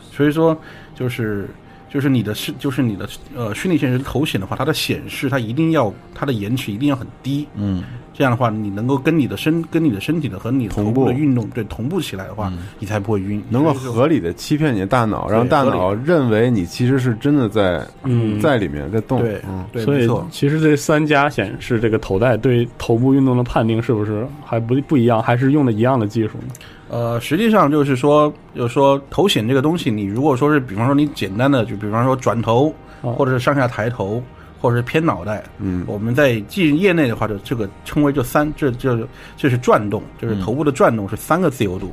[SPEAKER 11] 所以说就是就是你的是就是你的呃虚拟现实头显的话，它的显示它一定要它的延迟一定要很低，
[SPEAKER 10] 嗯，
[SPEAKER 11] 这样的话你能够跟你的身跟你的身体的和你的头
[SPEAKER 10] 同步嗯
[SPEAKER 11] 部的运动对同步起来的话，你才不会晕，
[SPEAKER 10] 能够合理的欺骗你的大脑，让大脑认为你其实是真的在
[SPEAKER 2] 嗯
[SPEAKER 10] 在里面在动。
[SPEAKER 11] 对
[SPEAKER 10] 嗯
[SPEAKER 2] 所以其实这三家显示这个头戴对头部运动的判定是不是还不不一样，还是用的一样的技术呢？
[SPEAKER 11] 呃，实际上就是说，就是说头显这个东西，你如果说是，比方说你简单的，就比方说转头，或者是上下抬头，或者是偏脑袋，
[SPEAKER 10] 哦嗯
[SPEAKER 11] 我们在技业内的话，就这个称为就三，这这这是转动，就是
[SPEAKER 10] 嗯
[SPEAKER 11] 头部的转动是三个自由度。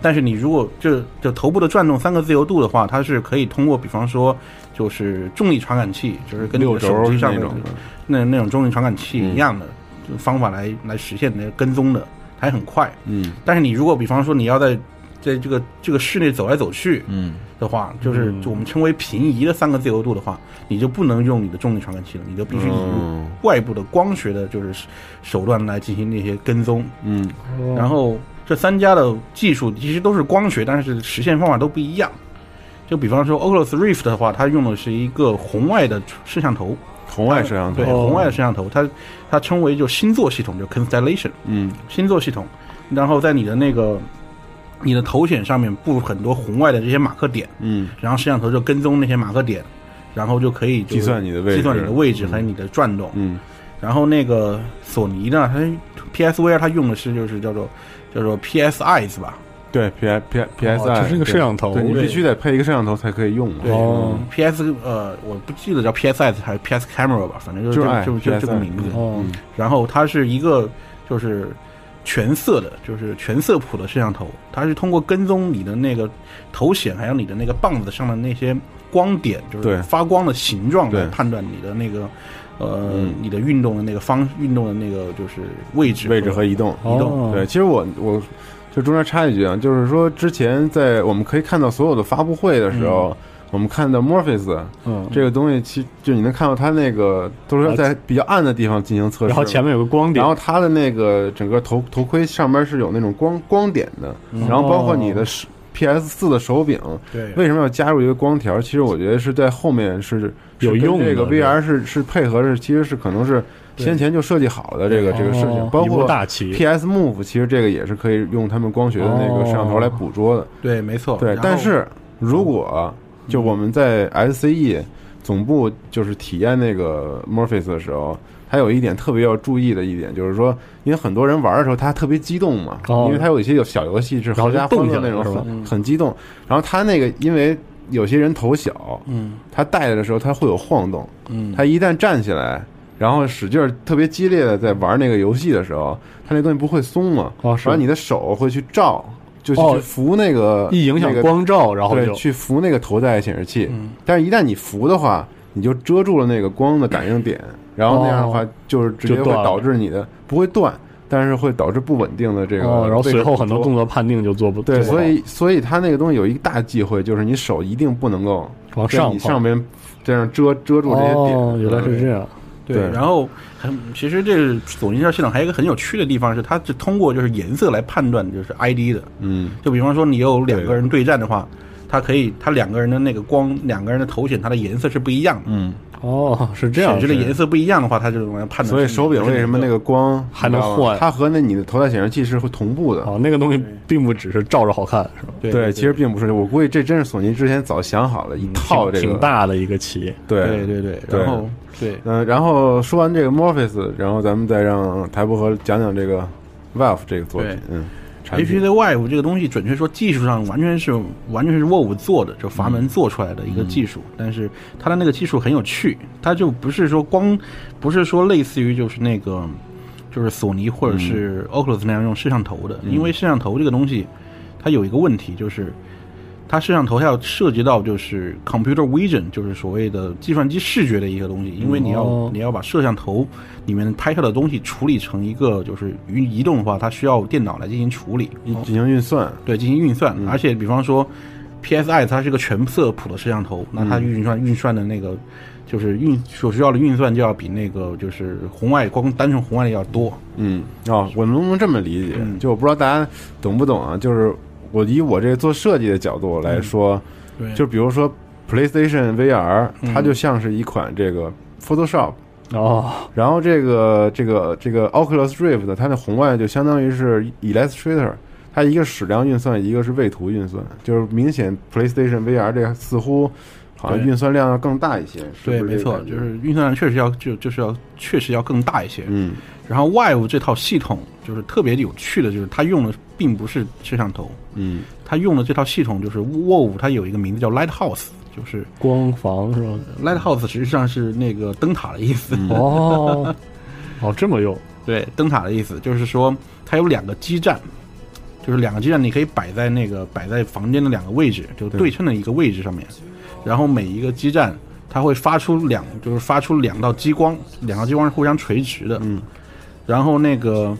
[SPEAKER 11] 但是你如果就就头部的转动三个自由度的话，它是可以通过，比方说就是重力传感器，就是跟你
[SPEAKER 10] 六
[SPEAKER 11] 的
[SPEAKER 10] 轴
[SPEAKER 11] 手机上
[SPEAKER 10] 那
[SPEAKER 11] 的
[SPEAKER 10] 种的嗯
[SPEAKER 11] 那那种重力传感器一样的、方法来来实现的跟踪的，还很快。
[SPEAKER 10] 嗯
[SPEAKER 11] 但是你如果比方说你要在在这个这个室内走来走去
[SPEAKER 10] 嗯
[SPEAKER 11] 的话，就是就我们称为平移的三个自由度的话，你就不能用你的重力传感器了，你就必须引入
[SPEAKER 10] 嗯
[SPEAKER 11] 外部的光学的，就是手段来进行那些跟踪。
[SPEAKER 10] 嗯，
[SPEAKER 11] 然后这三家的技术其实都是光学，但是实现方法都不一样。就比方说 Oculus Rift 的话，它用的是一个红外的摄像头，
[SPEAKER 10] 红外摄像头
[SPEAKER 11] 对，红外摄像头，它它称为就星座系统，就 constellation。
[SPEAKER 10] 嗯
[SPEAKER 11] 星座系统，然后在你的那个你的头显上面布很多红外的这些马克点，
[SPEAKER 10] 嗯
[SPEAKER 11] 然后摄像头就跟踪那些马克点，然后就可以就
[SPEAKER 10] 计算你的位置
[SPEAKER 11] 计算你的位置和你的转动。
[SPEAKER 10] 嗯
[SPEAKER 11] 然后那个索尼呢，它 PSVR 它用的是就是叫做叫做 PSIs 吧，
[SPEAKER 10] 对，P I P I P S
[SPEAKER 2] 哦
[SPEAKER 10] I
[SPEAKER 2] 这是一个摄像头
[SPEAKER 10] 对你
[SPEAKER 11] 对
[SPEAKER 10] 必须得配一个摄像头才可以用嘛。
[SPEAKER 11] 对、
[SPEAKER 2] 哦
[SPEAKER 11] p s 呃，我不记得叫 PSIs 还是 PS Camera 吧，反正就是
[SPEAKER 10] 就是
[SPEAKER 11] 这
[SPEAKER 10] 哎
[SPEAKER 11] 就就
[SPEAKER 10] PSI
[SPEAKER 11] 这个名字。
[SPEAKER 2] 哦，
[SPEAKER 11] 然后它是一个就是全色的，就是全色谱的摄像头，它是通过跟踪你的那个头显，还有你的那个棒子上的那些光点，就
[SPEAKER 10] 对
[SPEAKER 11] 是发光的形状
[SPEAKER 10] 对
[SPEAKER 11] 来判断你的那个呃、
[SPEAKER 10] 嗯
[SPEAKER 11] 你的运动的那个方运动的那个就是位置
[SPEAKER 10] 位置和移动，
[SPEAKER 11] 移动
[SPEAKER 2] 哦
[SPEAKER 10] 对，其实我我就中间插一句啊，就是说之前在我们可以看到所有的发布会的时候，我们看到 Morpheus
[SPEAKER 2] 嗯，
[SPEAKER 10] 这个东西，其就你能看到它那个都是在比较暗的地方进行测试，
[SPEAKER 2] 然后前面有个光点，
[SPEAKER 10] 然后它的那个整个头头盔上面是有那种光光点的，
[SPEAKER 2] 嗯
[SPEAKER 10] 然后包括你的手 PS 四的手柄，
[SPEAKER 11] 对
[SPEAKER 10] 为什么要加入一个光条？其实我觉得是在后面是
[SPEAKER 2] 有
[SPEAKER 10] 是跟
[SPEAKER 2] 用的
[SPEAKER 10] 这个
[SPEAKER 2] 对
[SPEAKER 10] VR 是是配合是其实是可能是先前就设计好的这个这个事情
[SPEAKER 2] 哦，
[SPEAKER 10] 包
[SPEAKER 2] 一步
[SPEAKER 10] 括
[SPEAKER 2] 大棋
[SPEAKER 10] PS Move，其实这个也是可以用他们光学的那个摄像头来捕捉的。
[SPEAKER 11] 对，没错，
[SPEAKER 10] 对
[SPEAKER 11] 然，后
[SPEAKER 10] 但是如果就我们在 SCE 总部就是体验那个 Morpheus 的时候，还有一点特别要注意的一点，就是说，因为很多人玩的时候他特别激动嘛，
[SPEAKER 2] 哦
[SPEAKER 10] 因为他有一些有小游戏是
[SPEAKER 2] 然后
[SPEAKER 10] 合
[SPEAKER 2] 就
[SPEAKER 10] 家欢
[SPEAKER 2] 动
[SPEAKER 10] 乐
[SPEAKER 2] 起来
[SPEAKER 10] 那种
[SPEAKER 2] 是吧
[SPEAKER 10] 很很激动，然后他那个因为有些人头小，
[SPEAKER 11] 嗯
[SPEAKER 10] 他戴着的时候他会有晃动，
[SPEAKER 11] 嗯，
[SPEAKER 10] 他一旦站起来。然后使劲儿特别激烈的在玩那个游戏的时候，他那东西不会松嘛？
[SPEAKER 2] 哦是
[SPEAKER 10] 然后你的手会去照，就去
[SPEAKER 2] 哦
[SPEAKER 10] 扶那个、
[SPEAKER 2] 一影
[SPEAKER 10] 那
[SPEAKER 2] 响
[SPEAKER 10] 个
[SPEAKER 2] 光照，然后
[SPEAKER 10] 对，
[SPEAKER 2] 就
[SPEAKER 10] 去扶那个头戴显示器。
[SPEAKER 11] 嗯
[SPEAKER 10] 但是，一旦你扶的话，你就遮住了那个光的感应点，然后那样的话，
[SPEAKER 2] 哦
[SPEAKER 10] 就是直接
[SPEAKER 2] 就
[SPEAKER 10] 会
[SPEAKER 2] 断了
[SPEAKER 10] 导致你的不会断，但是会导致不稳定的这个位置捕捉。
[SPEAKER 2] 哦，然后随后很多动作判定就做不
[SPEAKER 10] 对，
[SPEAKER 2] 做不好
[SPEAKER 10] 所以所以它那个东西有一个大忌讳，就是你手一定不能够
[SPEAKER 2] 往
[SPEAKER 10] 在
[SPEAKER 2] 上
[SPEAKER 10] 你
[SPEAKER 2] 碰
[SPEAKER 10] 上边这样遮遮住这些点。
[SPEAKER 2] 哦，原来是这样，
[SPEAKER 11] 对，
[SPEAKER 10] 对
[SPEAKER 11] 然后很其实这个索尼这套系统还有一个很有趣的地方是，它是通过就是颜色来判断就是 ID 的，
[SPEAKER 10] 嗯，
[SPEAKER 11] 就比方说你有两个人对战的话，它可以它两个人的那个光，两个人的头显，它的颜色是不一样的。
[SPEAKER 10] 嗯，
[SPEAKER 2] 哦，是这样
[SPEAKER 11] 显示的
[SPEAKER 2] 是
[SPEAKER 11] 颜色不一样的话，它就能判断。
[SPEAKER 10] 所以手柄为什么那个光
[SPEAKER 2] 还能
[SPEAKER 10] 你知道吗
[SPEAKER 2] 换
[SPEAKER 10] 它和那你的头戴显示器是会同步的。
[SPEAKER 2] 哦，那个东西并不只是照着好看，是吧？
[SPEAKER 11] 对
[SPEAKER 10] 对，其实并不是，我估计这真是索尼之前早想好了一套这个，
[SPEAKER 2] 挺大嗯的一个棋，
[SPEAKER 10] 对
[SPEAKER 11] 对对对，
[SPEAKER 10] 对
[SPEAKER 11] 然后对
[SPEAKER 10] 嗯，然后说完这个 Morpheus，然后咱们再让台伯和讲讲这个 Valve 这个作品
[SPEAKER 11] 对，
[SPEAKER 10] 嗯，产
[SPEAKER 11] H
[SPEAKER 10] 品
[SPEAKER 11] Z Y 这个东西，准确说技术上完全是完全是 WoW 做的，就阀门做出来的一个技术，但是它的那个技术很有趣，它就不是说光不是说类似于就是那个就是索尼或者是 Oculus 那样用摄像头的，因为摄像头这个东西它有一个问题就是。它摄像头还要涉及到就是 computer vision，就是所谓的计算机视觉的一个东西，因为你要、
[SPEAKER 2] 哦
[SPEAKER 11] 你要把摄像头里面拍摄的东西处理成一个就是移移动的话，它需要电脑来进行处理，
[SPEAKER 10] 进行运算，
[SPEAKER 11] 对进行运算，
[SPEAKER 10] 嗯
[SPEAKER 11] 而且比方说 PSI 它是个全色谱的摄像头，那它运算运算的那个就是运所需要的运算就要比那个就是红外光单纯红外的要多，
[SPEAKER 10] 嗯，哦，我能不能这么理解？
[SPEAKER 11] 嗯
[SPEAKER 10] 就我不知道大家懂不懂啊？就是我以我这个做设计的角度来说，
[SPEAKER 11] 嗯对嗯
[SPEAKER 10] 就比如说 PlayStation VR，它就像是一款这个 Photoshop。
[SPEAKER 2] 哦，
[SPEAKER 10] 然后这个这个这个 Oculus Rift 的它的红外就相当于是 Illustrator，它一个矢量运算，一个是位图运算，就是明显 PlayStation VR 这个似乎好像
[SPEAKER 11] 对
[SPEAKER 10] 运算量要更大一些。是
[SPEAKER 11] 对，
[SPEAKER 10] 不是
[SPEAKER 11] 没
[SPEAKER 10] 这个
[SPEAKER 11] 错，
[SPEAKER 10] 感觉
[SPEAKER 11] 就是运算量确实要就就是要确实要更大一些。
[SPEAKER 10] 嗯，
[SPEAKER 11] 然后 Vive 这套系统就是特别有趣的，就是它用的并不是摄像头，
[SPEAKER 10] 嗯，
[SPEAKER 11] 它用的这套系统就是 Vive，它有一个名字叫 Lighthouse，就是
[SPEAKER 2] 光房是吧
[SPEAKER 11] Lighthouse 实际上是那个灯塔的意思。
[SPEAKER 2] 哦，哦，这么用，
[SPEAKER 11] 对，灯塔的意思就是说它有两个基站，就是两个基站你可以摆在那个摆在房间的两个位置，就对称的一个位置上面，然后每一个基站它会发出两就是发出两道激光，两道激光是互相垂直的，嗯，然后那个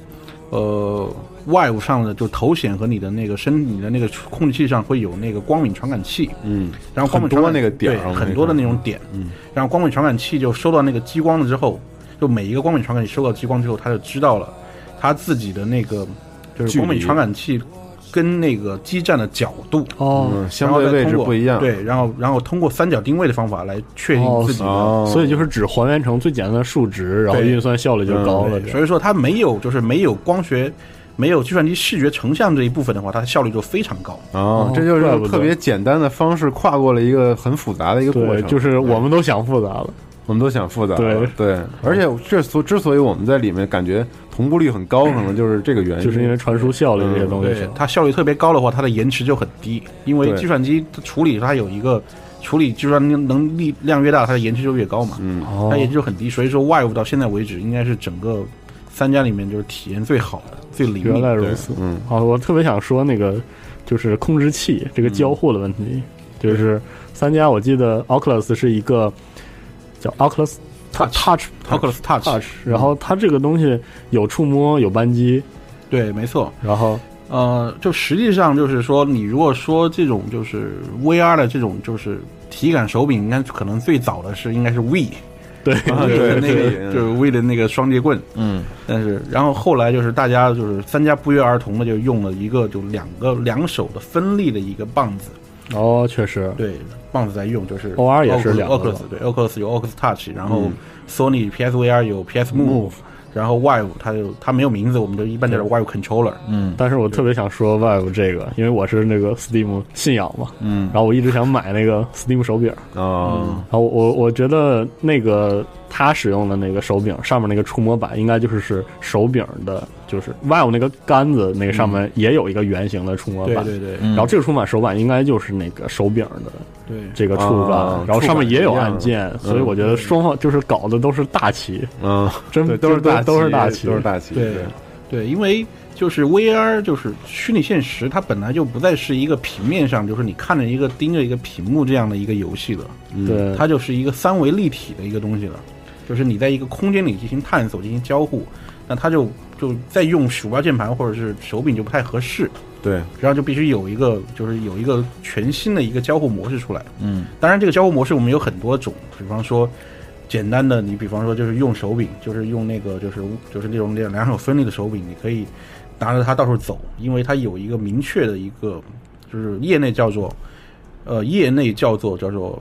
[SPEAKER 11] 呃。外物上的就头显和你的那个身你的那个控制器上会有那个光敏传感器，
[SPEAKER 10] 嗯，
[SPEAKER 11] 然后光敏
[SPEAKER 10] 很
[SPEAKER 11] 传
[SPEAKER 10] 多
[SPEAKER 11] 感
[SPEAKER 10] 那个点儿
[SPEAKER 11] 对
[SPEAKER 10] 我
[SPEAKER 11] 很
[SPEAKER 10] 没
[SPEAKER 11] 多的那
[SPEAKER 10] 看
[SPEAKER 11] 种点，
[SPEAKER 10] 嗯，
[SPEAKER 11] 然后光敏传感器就收到那个激光了之后，就每一个光敏传感器收到激光之后，他就知道了他自己的那个就是
[SPEAKER 10] 距离
[SPEAKER 11] 光敏传感器跟那个基站的角度
[SPEAKER 2] 哦
[SPEAKER 10] 嗯相对
[SPEAKER 11] 然后再
[SPEAKER 10] 位
[SPEAKER 11] 通
[SPEAKER 10] 置
[SPEAKER 11] 过
[SPEAKER 10] 不一样啊
[SPEAKER 11] 对，然后然后通过三角定位的方法来确定
[SPEAKER 2] 哦
[SPEAKER 11] 自己，的。
[SPEAKER 2] 所以就是只还原成最简单的数值，然后
[SPEAKER 11] 对
[SPEAKER 2] 运算效率就高了。
[SPEAKER 11] 对
[SPEAKER 2] 这
[SPEAKER 11] 所以说它没有就是没有光学，没有计算机视觉成像这一部分的话，它的效率就非常高。
[SPEAKER 10] 哦
[SPEAKER 2] 哦，
[SPEAKER 10] 这就是
[SPEAKER 2] 怪
[SPEAKER 10] 用
[SPEAKER 2] 不得
[SPEAKER 10] 特别简单的方式跨过了一个很复杂的一个过
[SPEAKER 2] 对，
[SPEAKER 10] 程，
[SPEAKER 2] 就是我们都想复杂了。
[SPEAKER 10] 我们都想复杂了，
[SPEAKER 2] 对
[SPEAKER 10] 对，而且这所之所以我们在里面感觉同步率很高，可能就是这个原因，啊
[SPEAKER 2] 就是因为传输效率这些东西
[SPEAKER 11] 对
[SPEAKER 2] 是，
[SPEAKER 11] 它效率特别高的话，它的延迟就很低，因为
[SPEAKER 10] 对
[SPEAKER 11] 计算机它处理它有一个处理计算能力量越大，它的延迟就越高嘛，
[SPEAKER 10] 嗯，
[SPEAKER 2] 哦
[SPEAKER 11] 它延迟就很低。所以说 Vive 到现在为止，应该是整个三家里面就是体验最好的、最灵
[SPEAKER 2] 原
[SPEAKER 11] 敏
[SPEAKER 2] 来
[SPEAKER 11] 的。
[SPEAKER 2] 如此。
[SPEAKER 10] 嗯，
[SPEAKER 2] 好，我特别想说那个就是控制器这个
[SPEAKER 11] 嗯
[SPEAKER 2] 交互的问题，就是三家我记得 Oculus 是一个叫 Oculus
[SPEAKER 11] Touch
[SPEAKER 2] Touch
[SPEAKER 11] Oculus Touch，,
[SPEAKER 2] Touch，然后它这个东西有触摸有扳机，
[SPEAKER 11] 对，没错。
[SPEAKER 2] 然后
[SPEAKER 11] 呃，就实际上就是说，你如果说这种就是 VR 的这种就是体感手柄，应该可能最早的是应该是 We，
[SPEAKER 2] 对
[SPEAKER 10] 啊
[SPEAKER 11] 就是
[SPEAKER 10] 对
[SPEAKER 11] 那个
[SPEAKER 10] 对
[SPEAKER 11] 就是 We 的那个双截棍，
[SPEAKER 10] 嗯，
[SPEAKER 11] 但是，然后后来就是大家就是三家不约而同的就用了一个就两个两手的分立的一个棒子，
[SPEAKER 2] 哦，确实
[SPEAKER 11] 对，棒子在用就是
[SPEAKER 2] OR 也是两个
[SPEAKER 11] Oculus 对 Oculus 有 Oculus Touch，然后 Sony PSVR 有 PS 嗯 Move，、然后 Vive 它就它没有名字，我们就一般叫它 Vive Controller，
[SPEAKER 10] 嗯
[SPEAKER 2] 但是我特别想说 Vive 这个，因为我是那个 Steam 信仰嘛，
[SPEAKER 10] 嗯
[SPEAKER 2] 然后我一直想买那个 Steam 手柄，
[SPEAKER 10] 哦，
[SPEAKER 2] 然后我我觉得那个他使用的那个手柄上面那个触摸板，应该就是是手柄的，就是 Vive 那个杆子那个上
[SPEAKER 10] 嗯
[SPEAKER 2] 面也有一个圆形的触摸
[SPEAKER 11] 对
[SPEAKER 2] 板，
[SPEAKER 11] 对对
[SPEAKER 2] 然后这个触摸板手板应该就是那个手柄的
[SPEAKER 11] 对，
[SPEAKER 2] 这个触感，
[SPEAKER 10] 啊
[SPEAKER 2] 然后上面也有按键，
[SPEAKER 10] 触感一样
[SPEAKER 2] 所以我觉得双方就是搞的都是大旗，
[SPEAKER 10] 嗯，
[SPEAKER 2] 真
[SPEAKER 10] 对，都是
[SPEAKER 2] 真
[SPEAKER 10] 大
[SPEAKER 2] 大都是大
[SPEAKER 10] 旗，
[SPEAKER 2] 旗
[SPEAKER 10] 都是大旗，
[SPEAKER 11] 对对，因为就是 VR 就是虚拟现实，它本来就不再是一个平面上就是你看着一个盯着一个屏幕这样的一个游戏了。
[SPEAKER 2] 对，
[SPEAKER 11] 它就是一个三维立体的一个东西了，就是你在一个空间里进行探索、进行交互，那它就就再用鼠标、键盘或者是手柄就不太合适，
[SPEAKER 10] 对，
[SPEAKER 11] 然后就必须有一个就是有一个全新的一个交互模式出来。
[SPEAKER 10] 嗯，
[SPEAKER 11] 当然，这个交互模式我们有很多种，比方说简单的，你比方说就是用手柄，就是用那个就是就是那种两两手分立的手柄，你可以拿着它到处走，因为它有一个明确的一个就是业内叫做呃业内叫做叫做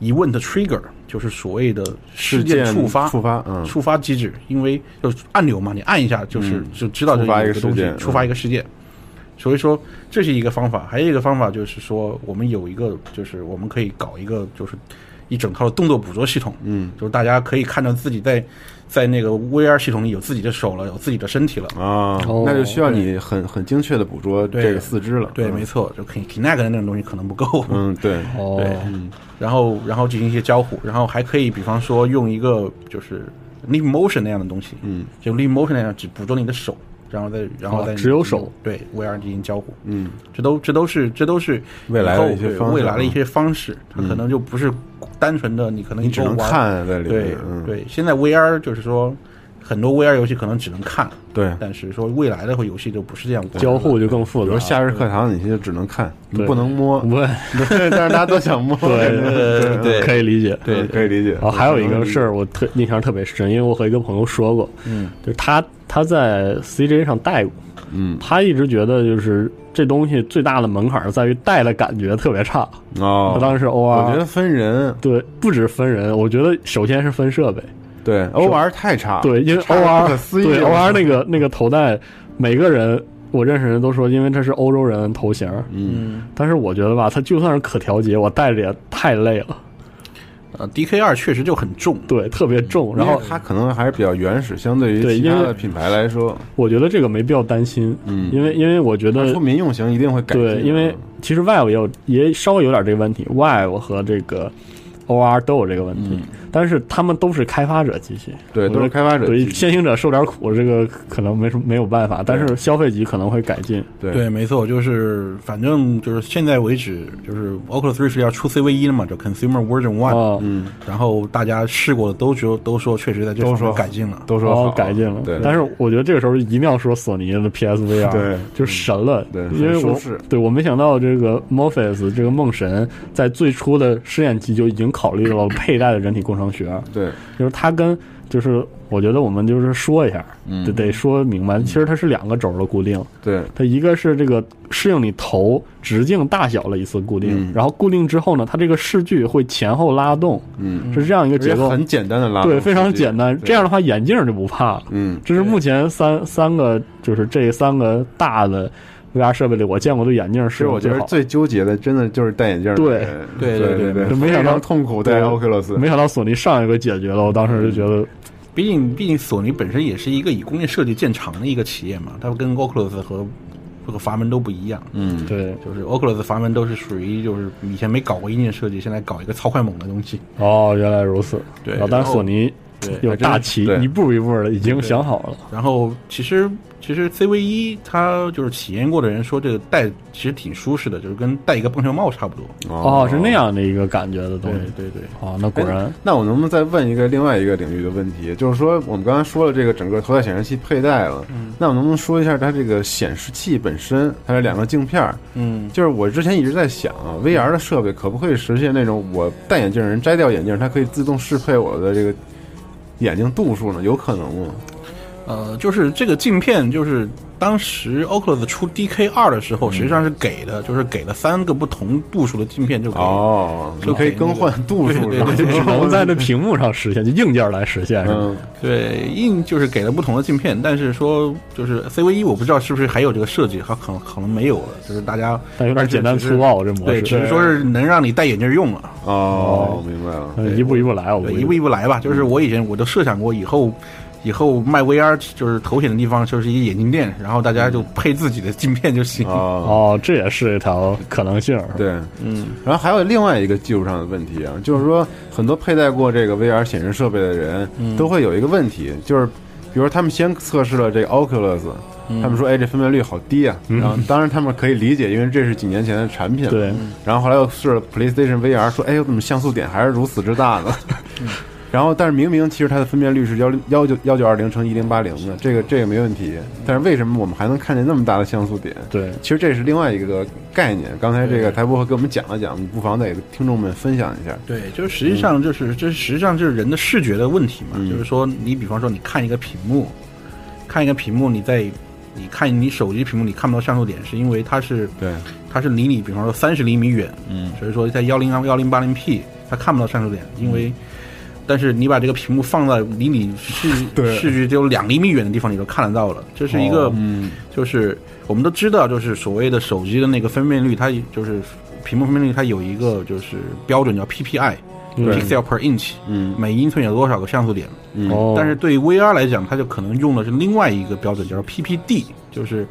[SPEAKER 11] event trigger，就是所谓的事件触发
[SPEAKER 10] 触发，嗯，
[SPEAKER 11] 触发机制，因为就是按钮嘛，你按一下就是、
[SPEAKER 10] 嗯
[SPEAKER 11] 就知道这
[SPEAKER 10] 触发
[SPEAKER 11] 有一
[SPEAKER 10] 一个
[SPEAKER 11] 个
[SPEAKER 10] 事
[SPEAKER 11] 东西
[SPEAKER 10] 件嗯
[SPEAKER 11] 触发一个事件。所以说这是一个方法，还有一个方法就是说，我们有一个就是我们可以搞一个就是一整套的动作捕捉系统，
[SPEAKER 10] 嗯，
[SPEAKER 11] 就是大家可以看到自己在在那个 VR 系统里有自己的手了，有自己的身体了。
[SPEAKER 10] 啊
[SPEAKER 2] 哦，
[SPEAKER 10] 那就需要你很很精确的捕捉
[SPEAKER 11] 对
[SPEAKER 10] 这个四肢了，
[SPEAKER 11] 对，
[SPEAKER 10] 嗯
[SPEAKER 11] 没，错，就可以 Kinect 的那种东西可能不够，
[SPEAKER 10] 嗯，对，
[SPEAKER 2] 哦
[SPEAKER 11] 对，嗯然后然后进行一些交互，然后还可以比方说用一个就是 Live Motion 那样的东西，
[SPEAKER 10] 嗯，
[SPEAKER 11] 就 Live Motion 那样只捕捉你的手，然后再然后
[SPEAKER 2] 哦
[SPEAKER 11] 再、
[SPEAKER 2] 只有手
[SPEAKER 11] 对 VR 进行交互，
[SPEAKER 10] 嗯，
[SPEAKER 11] 这都这都是这都是
[SPEAKER 10] 未来
[SPEAKER 11] 以后
[SPEAKER 10] 的一些
[SPEAKER 11] 对
[SPEAKER 10] 方式
[SPEAKER 11] 未来的一
[SPEAKER 10] 嗯
[SPEAKER 11] 些方式，它可能就不是单纯的你可能
[SPEAKER 10] 你只能
[SPEAKER 11] 玩
[SPEAKER 10] 看在里
[SPEAKER 11] 哦对
[SPEAKER 10] 面，嗯，
[SPEAKER 11] 对，现在 VR 就是说很多 VR 游戏可能只能看，
[SPEAKER 10] 对，
[SPEAKER 11] 但是说未来的游戏就不是这样玩
[SPEAKER 2] 交
[SPEAKER 11] 了
[SPEAKER 2] 互就更复
[SPEAKER 10] 比
[SPEAKER 2] 杂
[SPEAKER 10] 如。夏日课堂，你现在只能看，你
[SPEAKER 2] 对
[SPEAKER 10] 不能摸，
[SPEAKER 2] 问
[SPEAKER 10] 但是大家都想摸，
[SPEAKER 2] 对
[SPEAKER 10] 对
[SPEAKER 2] 可以理解，
[SPEAKER 10] 对，可以理解。
[SPEAKER 2] 然后哦还有一个事儿，我特印象特别深，因为我和一个朋友说过，嗯，就是他他在 CJ 上带过，
[SPEAKER 10] 嗯，
[SPEAKER 2] 他一直觉得就是这东西最大的门槛在于戴的感觉特别差。
[SPEAKER 10] 哦，
[SPEAKER 2] 他当时 OR，
[SPEAKER 10] 我觉得分人，
[SPEAKER 2] 对，不止分人，我觉得首先是分设备，
[SPEAKER 10] 对，OR 太差，
[SPEAKER 2] 对，因为
[SPEAKER 10] 啊差得
[SPEAKER 2] OR
[SPEAKER 10] 不可思议
[SPEAKER 2] 对
[SPEAKER 10] 了
[SPEAKER 2] OR 那个那个头戴，每个人我认识人都说，因为这是欧洲人头型，
[SPEAKER 10] 嗯，
[SPEAKER 2] 但是我觉得吧，它就算是可调节，我戴着也太累了，
[SPEAKER 11] 呃，DK 二确实就很重，
[SPEAKER 2] 对，特别重，然后
[SPEAKER 10] 嗯因为它可能还是比较原始，相对于
[SPEAKER 2] 对
[SPEAKER 10] 其他
[SPEAKER 2] 因为
[SPEAKER 10] 的品牌来说，
[SPEAKER 2] 我觉得这个没必要担心，
[SPEAKER 10] 嗯
[SPEAKER 2] 因为因为我觉
[SPEAKER 10] 它
[SPEAKER 2] 得
[SPEAKER 10] 出民用型一定会改进的。
[SPEAKER 2] 呃对，因为其实 Vive 也有也稍微有点这个问题，Vive 和这个 OR 都有这个问题，但是他们都是开发者机器，
[SPEAKER 10] 嗯对
[SPEAKER 2] 我觉得
[SPEAKER 10] 都是开发者
[SPEAKER 2] 对
[SPEAKER 10] 机器
[SPEAKER 2] 先行者受点苦，这个可能没什么没有办法，但是消费级可能会改进，
[SPEAKER 10] 对
[SPEAKER 11] 对，没错，就是反正就是现在为止，就是 Oculus Rift 要出 CV 一了嘛，就 Consumer Version One，、
[SPEAKER 2] 哦
[SPEAKER 10] 嗯，
[SPEAKER 11] 然后大家试过的都觉得都说确实在这
[SPEAKER 10] 都
[SPEAKER 11] 方
[SPEAKER 10] 说
[SPEAKER 11] 面改进了，
[SPEAKER 10] 都
[SPEAKER 2] 然
[SPEAKER 10] 说
[SPEAKER 2] 后
[SPEAKER 10] 好
[SPEAKER 2] 哦改进了，
[SPEAKER 10] 对，
[SPEAKER 2] 但是我觉得这个时候一定要说索尼的 PSVR，
[SPEAKER 10] 对嗯
[SPEAKER 2] 就神了，
[SPEAKER 10] 对
[SPEAKER 2] 因为
[SPEAKER 10] 很
[SPEAKER 2] 我
[SPEAKER 10] 舒适
[SPEAKER 2] 对我没想到这个 Morpheus 这个梦神在最初的试验期就已经考虑到了佩戴的人体工程学，啊
[SPEAKER 10] 对
[SPEAKER 2] 就是它跟就是我觉得我们就是说一下，
[SPEAKER 10] 嗯
[SPEAKER 2] 得得说明白，其实它是两个轴的固定，
[SPEAKER 10] 对
[SPEAKER 2] 它一个是这个适应你头直径大小的一次固定，
[SPEAKER 10] 嗯
[SPEAKER 2] 然后固定之后呢，它这个视距会前后拉动，
[SPEAKER 10] 嗯，
[SPEAKER 2] 是这样一个
[SPEAKER 10] 而且
[SPEAKER 2] 结构，
[SPEAKER 10] 很简单的拉动
[SPEAKER 2] 对，
[SPEAKER 10] 设计，
[SPEAKER 2] 非常简单。
[SPEAKER 10] 对
[SPEAKER 2] 这样的话，眼镜就不怕了。
[SPEAKER 10] 嗯，
[SPEAKER 2] 这是目前三三个，就是这三个大的 VR 设备里，我见过对眼镜
[SPEAKER 10] 其
[SPEAKER 2] 是
[SPEAKER 10] 实我觉
[SPEAKER 2] 最
[SPEAKER 10] 得
[SPEAKER 2] 好。
[SPEAKER 10] 最纠结的，真的就是戴眼镜儿的
[SPEAKER 2] 对
[SPEAKER 10] 人，
[SPEAKER 11] 对
[SPEAKER 10] 对
[SPEAKER 11] 对对
[SPEAKER 10] 对，
[SPEAKER 2] 就没想到
[SPEAKER 10] 非常痛苦戴
[SPEAKER 2] 对
[SPEAKER 10] Oculus，
[SPEAKER 2] 没想到索尼上一个解决了，我当时就觉得，
[SPEAKER 11] 毕竟毕竟索尼本身也是一个以工业设计见长的一个企业嘛，它跟 Oculus 和这个阀门都不一样，
[SPEAKER 10] 嗯，
[SPEAKER 2] 对，
[SPEAKER 11] 就是 Oculus 阀门都是属于就是以前没搞过硬件设计，现在搞一个超快猛的东西，
[SPEAKER 2] 哦，原来如此。啊
[SPEAKER 11] 对
[SPEAKER 2] 然后但是索尼
[SPEAKER 11] 对
[SPEAKER 2] 有大旗
[SPEAKER 10] 对
[SPEAKER 2] 一步一步的已经想好了。
[SPEAKER 11] 然后其实其实 CV 一它就是体验过的人说这个戴其实挺舒适的，就是跟戴一个棒球帽差不多。
[SPEAKER 2] 哦，是那。样的一个感觉的东
[SPEAKER 11] 对
[SPEAKER 2] 西。
[SPEAKER 11] 对对，
[SPEAKER 2] 哦，那果然
[SPEAKER 10] 哎，那我能不能再问一个另外一个领域的问题？就是说，我们刚才说了这个整个头戴显示器佩戴了，那我能不能说一下它这个显示器本身？它是两个镜片儿，
[SPEAKER 11] 嗯，
[SPEAKER 10] 就是我之前一直在想啊，VR 的设备可不可以实现那种我戴眼镜的人摘掉眼镜，它可以自动适配我的这个眼睛度数呢？有可能吗？
[SPEAKER 11] 呃，就是这个镜片，就是当时 Oculus 出 DK 二的时候，
[SPEAKER 2] 嗯
[SPEAKER 11] 实际上是给的，就是给了三个不同度数的镜片就可以。
[SPEAKER 10] 哦，就可以更换度数，
[SPEAKER 11] 对
[SPEAKER 10] 是吧
[SPEAKER 11] 对
[SPEAKER 2] 只能在这屏幕上实现，就硬件来实现。是吧
[SPEAKER 10] 嗯，
[SPEAKER 11] 对，硬就是给了不同的镜片，但是说就是 CV 一，我不知道是不是还有这个设计，它可能可能没有了，就是大家
[SPEAKER 2] 但有点简单粗暴这模
[SPEAKER 11] 对，
[SPEAKER 2] 式。
[SPEAKER 11] 只是说是能让你戴眼镜用了。
[SPEAKER 10] 哦，明白了，
[SPEAKER 2] 嗯一步一步来，我
[SPEAKER 11] 对，
[SPEAKER 2] 估计
[SPEAKER 11] 一步一步来吧。就是我以前我都设想过，以后以后卖 VR 就是头显的地方就是一个眼镜店，然后大家就配自己的镜片就行。
[SPEAKER 10] 哦。
[SPEAKER 2] 哦，这也是一条可能性。
[SPEAKER 10] 对，
[SPEAKER 11] 嗯，
[SPEAKER 10] 然后还有另外一个技术上的问题啊，就是说很多佩戴过这个 VR 显示设备的人、都会有一个问题，就是比如说他们先测试了这个 Oculus，、他们说哎这分辨率好低啊，然后当然他们可以理解，因为这是几年前的产品了。
[SPEAKER 2] 对，
[SPEAKER 10] 然后后来又试了 PlayStation VR，说哎我怎么像素点还是如此之大呢？ 然后，但是明明其实它的分辨率是幺零幺九幺九二零乘一零八零的，这个这个没问题。但是为什么我们还能看见那么大的像素点？
[SPEAKER 2] 对
[SPEAKER 10] 其实这是另外一个概念。刚才这个台博和给我们讲了讲，不妨再给听众们分享一下。
[SPEAKER 11] 对，就是实际上就是这实际上就是人的视觉的问题嘛，
[SPEAKER 10] 嗯
[SPEAKER 11] 就是说你比方说你看一个屏幕，看一个屏幕，你在你看你手机屏幕你看不到像素点，是因为它是
[SPEAKER 10] 对，
[SPEAKER 11] 它是离你比方说三十厘米远，
[SPEAKER 10] 嗯，
[SPEAKER 11] 所以说在幺零幺零八零 P 它看不到像素点，因
[SPEAKER 10] 嗯
[SPEAKER 11] 为。但是你把这个屏幕放在离你视
[SPEAKER 10] 对
[SPEAKER 11] 视距只有两厘米远的地方，你都看得到了。这是一个，
[SPEAKER 10] 嗯，
[SPEAKER 11] 就是我们都知道，就是所谓的手机的那个分辨率，它就是屏幕分辨率，它有一个就是标准叫 PPI，
[SPEAKER 10] 对
[SPEAKER 11] pixel per inch，
[SPEAKER 10] 嗯
[SPEAKER 11] 每英寸有多少个像素点？
[SPEAKER 10] 嗯
[SPEAKER 2] 哦，
[SPEAKER 11] 但是对于 VR 来讲，它就可能用的是另外一个标准，叫做 PPD，就是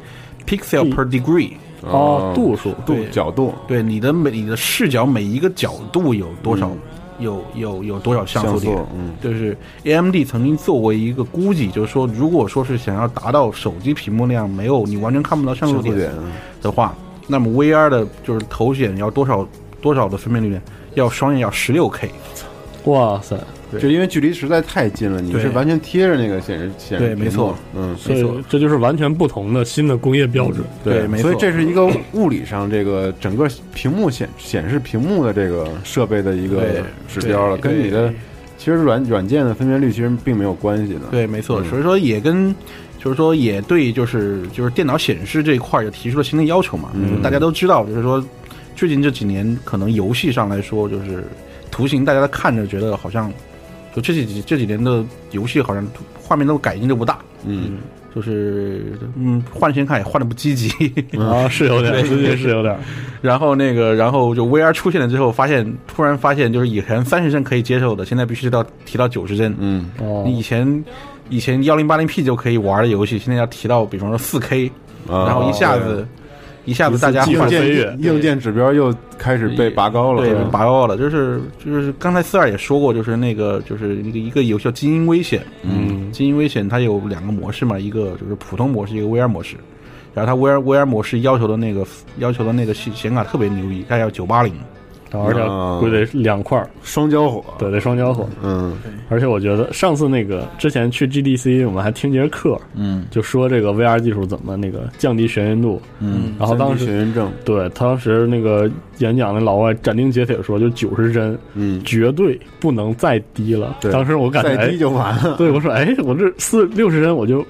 [SPEAKER 11] pixel per degree。
[SPEAKER 2] 哦，度数
[SPEAKER 10] 度
[SPEAKER 11] 对
[SPEAKER 10] 角度
[SPEAKER 11] 对，你的每你的视角每一个角度有多少，有有有多少像
[SPEAKER 10] 嗯像
[SPEAKER 11] 素点？
[SPEAKER 10] 素，嗯，
[SPEAKER 11] 就是 AMD 曾经作为一个估计，就是说，如果说是想要达到手机屏幕那样没有你完全看不到像
[SPEAKER 10] 像
[SPEAKER 11] 素
[SPEAKER 10] 素
[SPEAKER 11] 点
[SPEAKER 10] 点，嗯
[SPEAKER 11] 的话，那么 VR 的就是头显要多少多少的分辨率呢？要双眼要十六 K。
[SPEAKER 2] 哇塞，
[SPEAKER 11] 对
[SPEAKER 10] 就因为距离实在太近了，你
[SPEAKER 11] 对
[SPEAKER 10] 是完全贴着那个显示显示
[SPEAKER 11] 对没
[SPEAKER 10] 屏幕
[SPEAKER 11] 错，嗯
[SPEAKER 10] 嗯，
[SPEAKER 2] 所以这就是完全不同的新的工业标准。
[SPEAKER 11] 对没
[SPEAKER 10] 所以
[SPEAKER 11] 错
[SPEAKER 10] 这是一个物理上这个整个屏幕显显示屏幕的这个设备的一个
[SPEAKER 11] 对
[SPEAKER 10] 指标了，
[SPEAKER 11] 对
[SPEAKER 10] 跟你的
[SPEAKER 11] 对
[SPEAKER 10] 其实软软件的分辨率其实并没有关系的。
[SPEAKER 11] 对，没错，
[SPEAKER 10] 嗯
[SPEAKER 11] 所以说也跟就是说也对，就是就是电脑显示这一块儿也提出了新的要求嘛。
[SPEAKER 10] 嗯
[SPEAKER 11] 大家都知道，就是说最近这几年可能游戏上来说，就是图形大家看着觉得好像，就这几这几年的游戏好像图画面都改进的不大，
[SPEAKER 10] 嗯，
[SPEAKER 11] 就是嗯换显卡也换的不积极
[SPEAKER 2] 啊是有点
[SPEAKER 11] 对
[SPEAKER 2] 最近是有点。
[SPEAKER 11] 然后那个，然后就 VR 出现了之后，发现突然发现，就是以前三十帧可以接受的，现在必须到提到九十帧。
[SPEAKER 10] 嗯，
[SPEAKER 2] 哦
[SPEAKER 11] 你以前以前幺零八零 P 就可以玩的游戏，现在要提到，比方说四 K，、
[SPEAKER 10] 啊
[SPEAKER 11] 然后一下子、
[SPEAKER 10] 对
[SPEAKER 11] 一下子大家
[SPEAKER 10] 硬
[SPEAKER 11] 换
[SPEAKER 10] 件硬件指标又开始被拔高了，
[SPEAKER 11] 对
[SPEAKER 10] 嗯，
[SPEAKER 11] 拔高了，就是就是刚才四二也说过，就是那个就是一个一个游戏叫《基因危险》，
[SPEAKER 10] 嗯，
[SPEAKER 11] 《基因危险》它有两个模式嘛，一个就是普通模式，一个 VR 模式。然后它 VR VR 模式要求的那个要求的那个显显卡特别牛逼，它要九八零，
[SPEAKER 2] 而且归得两块儿，
[SPEAKER 10] 双交火，
[SPEAKER 2] 对，得双交火，
[SPEAKER 10] 嗯，
[SPEAKER 2] 而且我觉得上次那个之前去 GDC 我们还听节课，
[SPEAKER 10] 嗯，
[SPEAKER 2] 就说这个 VR 技术怎么那个降低眩晕度，
[SPEAKER 10] 嗯
[SPEAKER 2] 然后当时
[SPEAKER 10] 降低眩晕症，
[SPEAKER 2] 对，当时那个演讲的老外斩钉截铁地说，就九十帧，
[SPEAKER 10] 嗯，
[SPEAKER 2] 绝对不能再低了。
[SPEAKER 10] 对
[SPEAKER 2] 当时我感觉
[SPEAKER 10] 再低就完
[SPEAKER 11] 哦
[SPEAKER 10] 了
[SPEAKER 2] 哎对，我说，哎，我这四六十帧我就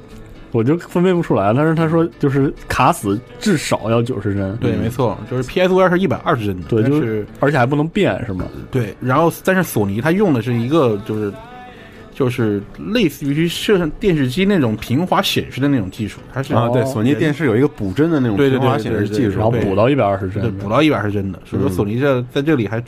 [SPEAKER 2] 我就分辨不出来了，但是他说就是卡死至少要九十帧，
[SPEAKER 11] 对，没错，就是 PSVR 是一百二十帧的，
[SPEAKER 2] 对，
[SPEAKER 11] 但
[SPEAKER 2] 就是而且还不能变是吗？
[SPEAKER 11] 对，然后但是索尼它用的是一个就是就是类似于摄像电视机那种平滑显示的那种技术，它是
[SPEAKER 10] 啊，对，索尼电视有一个补帧的那种
[SPEAKER 11] 对对
[SPEAKER 10] 平
[SPEAKER 11] 对
[SPEAKER 10] 滑
[SPEAKER 11] 对
[SPEAKER 10] 显
[SPEAKER 11] 对
[SPEAKER 10] 示
[SPEAKER 11] 对
[SPEAKER 10] 技术，
[SPEAKER 11] 然后补到
[SPEAKER 2] 120帧
[SPEAKER 11] 对补到一百二十帧的，所以说
[SPEAKER 10] 嗯
[SPEAKER 11] 索尼这在这里还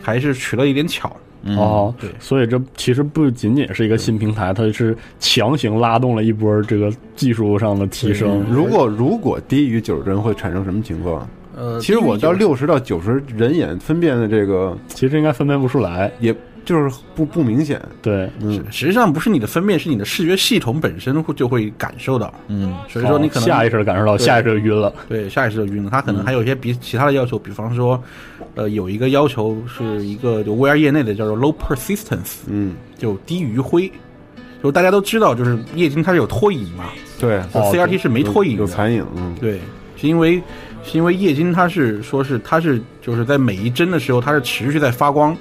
[SPEAKER 11] 还是取了一点巧。
[SPEAKER 2] 哦，
[SPEAKER 11] 对，
[SPEAKER 2] 所以这其实不仅仅是一个新平台，它是强行拉动了一波这个技术上的提升
[SPEAKER 10] 嗯。如果如果低于九十帧会产生什么情况？
[SPEAKER 11] 呃
[SPEAKER 10] 其实我到六十到九十人眼分辨的这个，
[SPEAKER 2] 其实应该分辨不出来，
[SPEAKER 10] 也就是不不明显。
[SPEAKER 2] 对，
[SPEAKER 10] 嗯，
[SPEAKER 11] 实际上不是你的分辨，是你的视觉系统本身会就会感受到。
[SPEAKER 10] 嗯
[SPEAKER 11] 所以说你可能
[SPEAKER 2] 下意识地感受到，
[SPEAKER 11] 对
[SPEAKER 2] 下意识就晕了。
[SPEAKER 11] 对，下意识就晕了。它可能还有一些比其他的要求，比方说，呃，有一个要求是一个就 VR 业内的叫做 low persistence，
[SPEAKER 10] 嗯，
[SPEAKER 11] 就低余晖。就是大家都知道，就是液晶它是有脱影嘛，
[SPEAKER 10] 哦对
[SPEAKER 11] 就
[SPEAKER 2] 哦
[SPEAKER 11] CRT 是没
[SPEAKER 2] 啊
[SPEAKER 11] 脱影的
[SPEAKER 10] 啊有有残影，嗯，
[SPEAKER 11] 对，是因为是因为液晶它是说是它是就是在每一帧的时候它是持续在发光，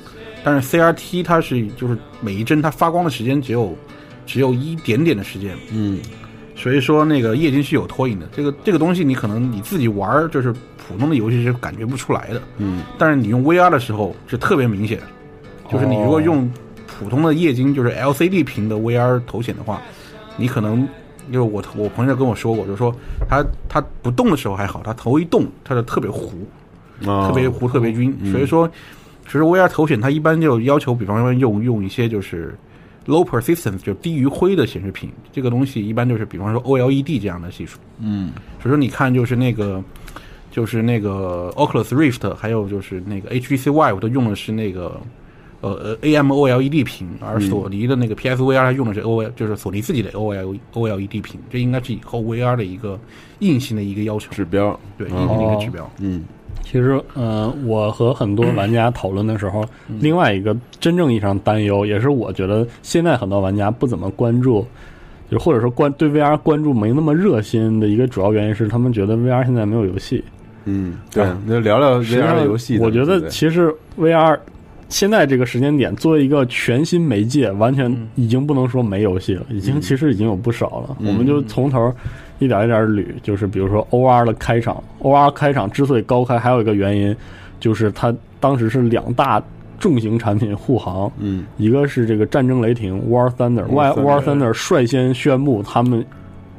[SPEAKER 11] 但是 CRT 它是就是每一帧它发光的时间只有只有一点点的时间，
[SPEAKER 10] 嗯，
[SPEAKER 11] 所以说那个液晶是有拖影的。这个这个东西你可能你自己玩儿就是普通的游戏是感觉不出来的，
[SPEAKER 10] 嗯，
[SPEAKER 11] 但是你用 VR 的时候是特别明显，就是你如果用普通的液晶就是 LCD 屏的 VR 头显的话，你可能就是我我朋友跟我说过，就是说他他不动的时候还好，他头一动他就特别糊，
[SPEAKER 10] 哦
[SPEAKER 11] 特别糊特别晕，
[SPEAKER 10] 嗯
[SPEAKER 11] 所以说其实 VR 头显它一般就要求，比方说用用一些就是 low persistence 就低余晖的显示屏，这个东西一般就是比方说 OLED 这样的技术，
[SPEAKER 10] 嗯，
[SPEAKER 11] 所以说你看就是那个。就是那个 Oculus Rift，还有就是那个 HTC Vive 都用的是那个呃呃 AMOLED 屏，而
[SPEAKER 10] 嗯
[SPEAKER 11] 索尼的那个 PSVR 它用的是 O L，就是索尼自己的 O L O L E D 屏，这应该是以后 VR 的一个硬性的一个要求
[SPEAKER 10] 指标，
[SPEAKER 11] 对
[SPEAKER 10] 嗯
[SPEAKER 11] 硬性的一个指标。
[SPEAKER 10] 嗯
[SPEAKER 2] 其实，呃，我和很多玩家讨论的时候，另外一个真正意义上担忧，也是我觉得现在很多玩家不怎么关注，就是或者说关对 VR 关注没那么热心的一个主要原因是，他们觉得 VR 现在没有游戏。
[SPEAKER 10] 嗯，对，那聊聊
[SPEAKER 2] 实际
[SPEAKER 10] VR
[SPEAKER 2] 上
[SPEAKER 10] 的啊游戏呢，
[SPEAKER 2] 我觉得
[SPEAKER 10] 对不对
[SPEAKER 2] 其实 VR 现在这个时间点，作为一个全新媒介，完全已经不能说没游戏了，已经其实已经有不少了。
[SPEAKER 10] 嗯
[SPEAKER 2] 我们就从头一点一点捋，就是比如说 OR 的开场，OR 开场之所以高开，还有一个原因就是它当时是两大重型产品护航，
[SPEAKER 10] 嗯，
[SPEAKER 2] 一个是这个战争雷霆 War Thunder，War
[SPEAKER 10] War
[SPEAKER 2] War
[SPEAKER 10] Thunder
[SPEAKER 2] Thunder 率先宣布他们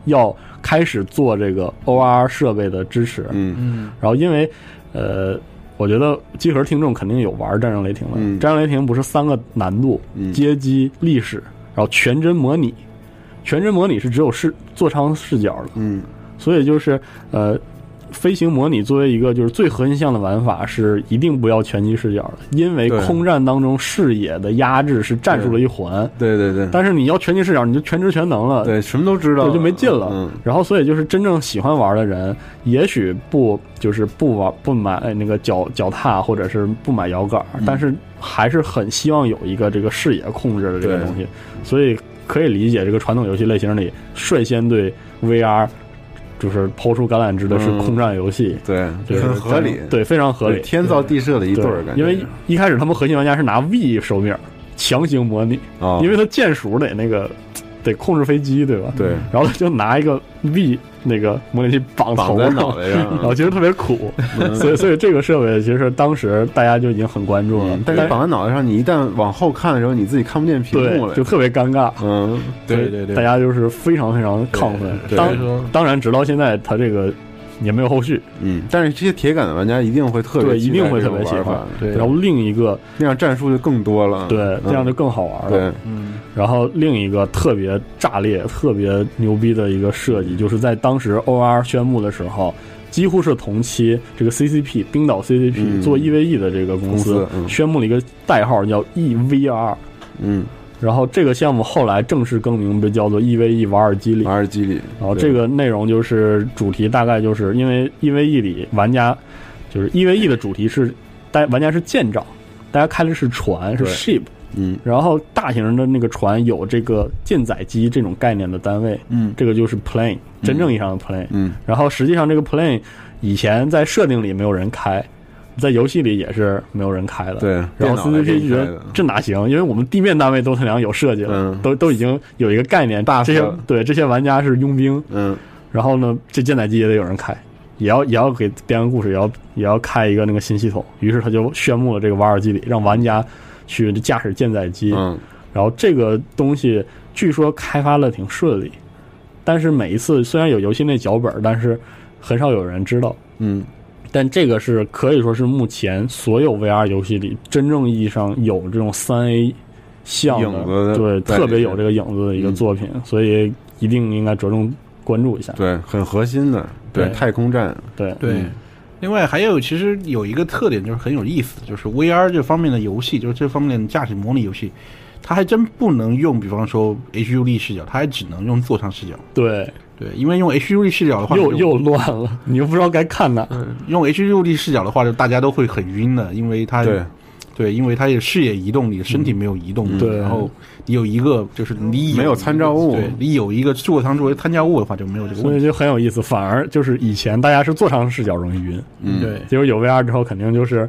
[SPEAKER 2] 要开始做这个 OR 设备的支持，
[SPEAKER 10] 嗯
[SPEAKER 11] 嗯，
[SPEAKER 2] 然后因为呃，我觉得集合听众肯定有玩《战争雷霆》的，
[SPEAKER 10] 嗯
[SPEAKER 2] 战争雷霆》不是三个难度：
[SPEAKER 10] 嗯
[SPEAKER 2] 街机、历史，然后全真模拟。全真模拟是只有视座舱视角的，
[SPEAKER 10] 嗯，
[SPEAKER 2] 所以就是呃，飞行模拟作为一个就是最核心项的玩法，是一定不要拳击视角的，因为
[SPEAKER 10] 对
[SPEAKER 2] 空战当中视野的压制是战术的一环。
[SPEAKER 10] 对对对，
[SPEAKER 2] 但是你要拳击视角，你就全知全能了，
[SPEAKER 10] 对什么都知道
[SPEAKER 2] 对，就没劲了。
[SPEAKER 10] 嗯
[SPEAKER 2] 然后，所以就是真正喜欢玩的人，也许不就是不玩不买哎那个脚脚踏，或者是不买摇杆，
[SPEAKER 10] 嗯
[SPEAKER 2] 但是还是很希望有一个这个视野控制的这个
[SPEAKER 10] 对
[SPEAKER 2] 东西。所以可以理解，这个传统游戏类型里率先对 VR 就是抛出橄榄枝的是
[SPEAKER 10] 嗯
[SPEAKER 2] 空战游戏，
[SPEAKER 10] 对，
[SPEAKER 2] 对，
[SPEAKER 10] 很合理，
[SPEAKER 2] 对，非常合理，
[SPEAKER 10] 对天造地设的一对儿，感觉
[SPEAKER 2] 因为一开始他们核心玩家是拿 V 手柄强行模拟，
[SPEAKER 10] 哦
[SPEAKER 2] 因为他键鼠得那个得控制飞机，对吧？
[SPEAKER 10] 对。
[SPEAKER 2] 然后他就拿一个 V 那个模拟器绑头
[SPEAKER 10] 绑在脑袋上啊
[SPEAKER 2] 然后其实特别苦，
[SPEAKER 10] 嗯
[SPEAKER 2] 所以所以这个设备其实当时大家就已经很关注了。
[SPEAKER 10] 但
[SPEAKER 2] 是
[SPEAKER 10] 你嗯绑在脑袋上，你一旦往后看的时候，你自己看不见屏幕了，
[SPEAKER 2] 对，就特别尴尬。
[SPEAKER 10] 嗯，
[SPEAKER 2] 所
[SPEAKER 10] 对
[SPEAKER 2] 以
[SPEAKER 10] 对对，
[SPEAKER 2] 大家就是非常非常亢奋。
[SPEAKER 10] 对对
[SPEAKER 2] 当当然，直到现在，它这个也没有后续。
[SPEAKER 10] 嗯，但是这些铁杆的玩家一定会特别
[SPEAKER 2] 对，
[SPEAKER 10] 期
[SPEAKER 2] 一
[SPEAKER 10] 待
[SPEAKER 2] 定会
[SPEAKER 10] 这
[SPEAKER 2] 特
[SPEAKER 10] 个
[SPEAKER 2] 别喜
[SPEAKER 10] 玩
[SPEAKER 2] 欢
[SPEAKER 10] 法。
[SPEAKER 2] 然后另一个
[SPEAKER 10] 那样战术就更多了，
[SPEAKER 2] 对，
[SPEAKER 10] 嗯
[SPEAKER 2] 这样就更好玩了。
[SPEAKER 10] 对，
[SPEAKER 2] 嗯。然后另一个特别炸裂、特别牛逼的一个设计，就是在当时 OR 宣布的时候，几乎是同期，这个 CCP 冰岛 CCP、
[SPEAKER 10] 嗯
[SPEAKER 2] 做 EVE 的这个公
[SPEAKER 10] 公司嗯
[SPEAKER 2] 宣布了一个代号叫 EVR。
[SPEAKER 10] 嗯。
[SPEAKER 2] 然后这个项目后来正式更名，被叫做 EVE 瓦尔基里。
[SPEAKER 10] 瓦尔基里。
[SPEAKER 2] 然后嗯
[SPEAKER 10] 对
[SPEAKER 2] 这个内容就是主题，大概就是因为 EVE 里玩家就是 EVE 的主题是，大玩家是舰长，大家开的是船，是
[SPEAKER 10] 对
[SPEAKER 2] ship。
[SPEAKER 10] 嗯，
[SPEAKER 2] 然后大型的那个船有这个舰载机这种概念的单位，
[SPEAKER 10] 嗯
[SPEAKER 2] 这个就是 plane，真正意义上的 plane，
[SPEAKER 10] 嗯，
[SPEAKER 2] 然后实际上这个 plane 以前在设定里没有人开，在游戏里也是没有人开的，
[SPEAKER 10] 对
[SPEAKER 2] 然
[SPEAKER 10] 电
[SPEAKER 2] 后
[SPEAKER 10] 脑来给
[SPEAKER 2] CCP
[SPEAKER 10] 你
[SPEAKER 2] 觉
[SPEAKER 10] 开
[SPEAKER 2] 得
[SPEAKER 10] 的
[SPEAKER 2] 这哪行？因为我们地面单位都他娘有设计了，
[SPEAKER 10] 嗯
[SPEAKER 2] 都都已经有一个概念，这些
[SPEAKER 10] 了
[SPEAKER 2] 对这些玩家是佣兵，
[SPEAKER 10] 嗯，
[SPEAKER 2] 然后呢，这舰载机也得有人开。也要也要给编个故事，也要也要开一个那个新系统。于是他就宣布了这个瓦尔基里，让玩家去驾驶舰载机，
[SPEAKER 10] 嗯，
[SPEAKER 2] 然后这个东西据说开发的挺顺利，但是每一次虽然有游戏内脚本，但是很少有人知道。
[SPEAKER 10] 嗯，
[SPEAKER 2] 但这个是可以说是目前所有 VR 游戏里真正意义上有这种三 A 项
[SPEAKER 10] 影子的
[SPEAKER 2] 对，
[SPEAKER 10] 在里
[SPEAKER 2] 特别有
[SPEAKER 10] 面
[SPEAKER 2] 这个影子的一个作品，所以一定应该着重关注一下。
[SPEAKER 10] 嗯对，很核心的，对，
[SPEAKER 2] 对
[SPEAKER 10] 太空站，
[SPEAKER 2] 对
[SPEAKER 11] 对，
[SPEAKER 10] 嗯
[SPEAKER 11] 另外还有，其实有一个特点就是很有意思，就是 VR 这方面的游戏，就是这方面的驾驶模拟游戏，它还真不能用，比方说 HUD 视角，它还只能用座舱视角。
[SPEAKER 2] 对
[SPEAKER 11] 对，因为用 HUD 视角的话，
[SPEAKER 2] 又
[SPEAKER 11] 就
[SPEAKER 2] 又乱了，你又不知道该看哪。
[SPEAKER 11] 用 HUD 视角的话，就大家都会很晕的，因为它
[SPEAKER 10] 对嗯
[SPEAKER 11] 对因为它也视野移动，你的身体没有移动，
[SPEAKER 2] 对
[SPEAKER 11] 然后你有一个就是你
[SPEAKER 10] 没有参照物
[SPEAKER 11] 对你有一个座舱作为参照物的话，就没有这个
[SPEAKER 2] 所
[SPEAKER 11] 问
[SPEAKER 2] 以
[SPEAKER 11] 题。
[SPEAKER 2] 就很有意思，反而就是以前大家是座舱视角容易晕，
[SPEAKER 10] 嗯
[SPEAKER 11] 对
[SPEAKER 2] 结果有 VR 之后，肯定就是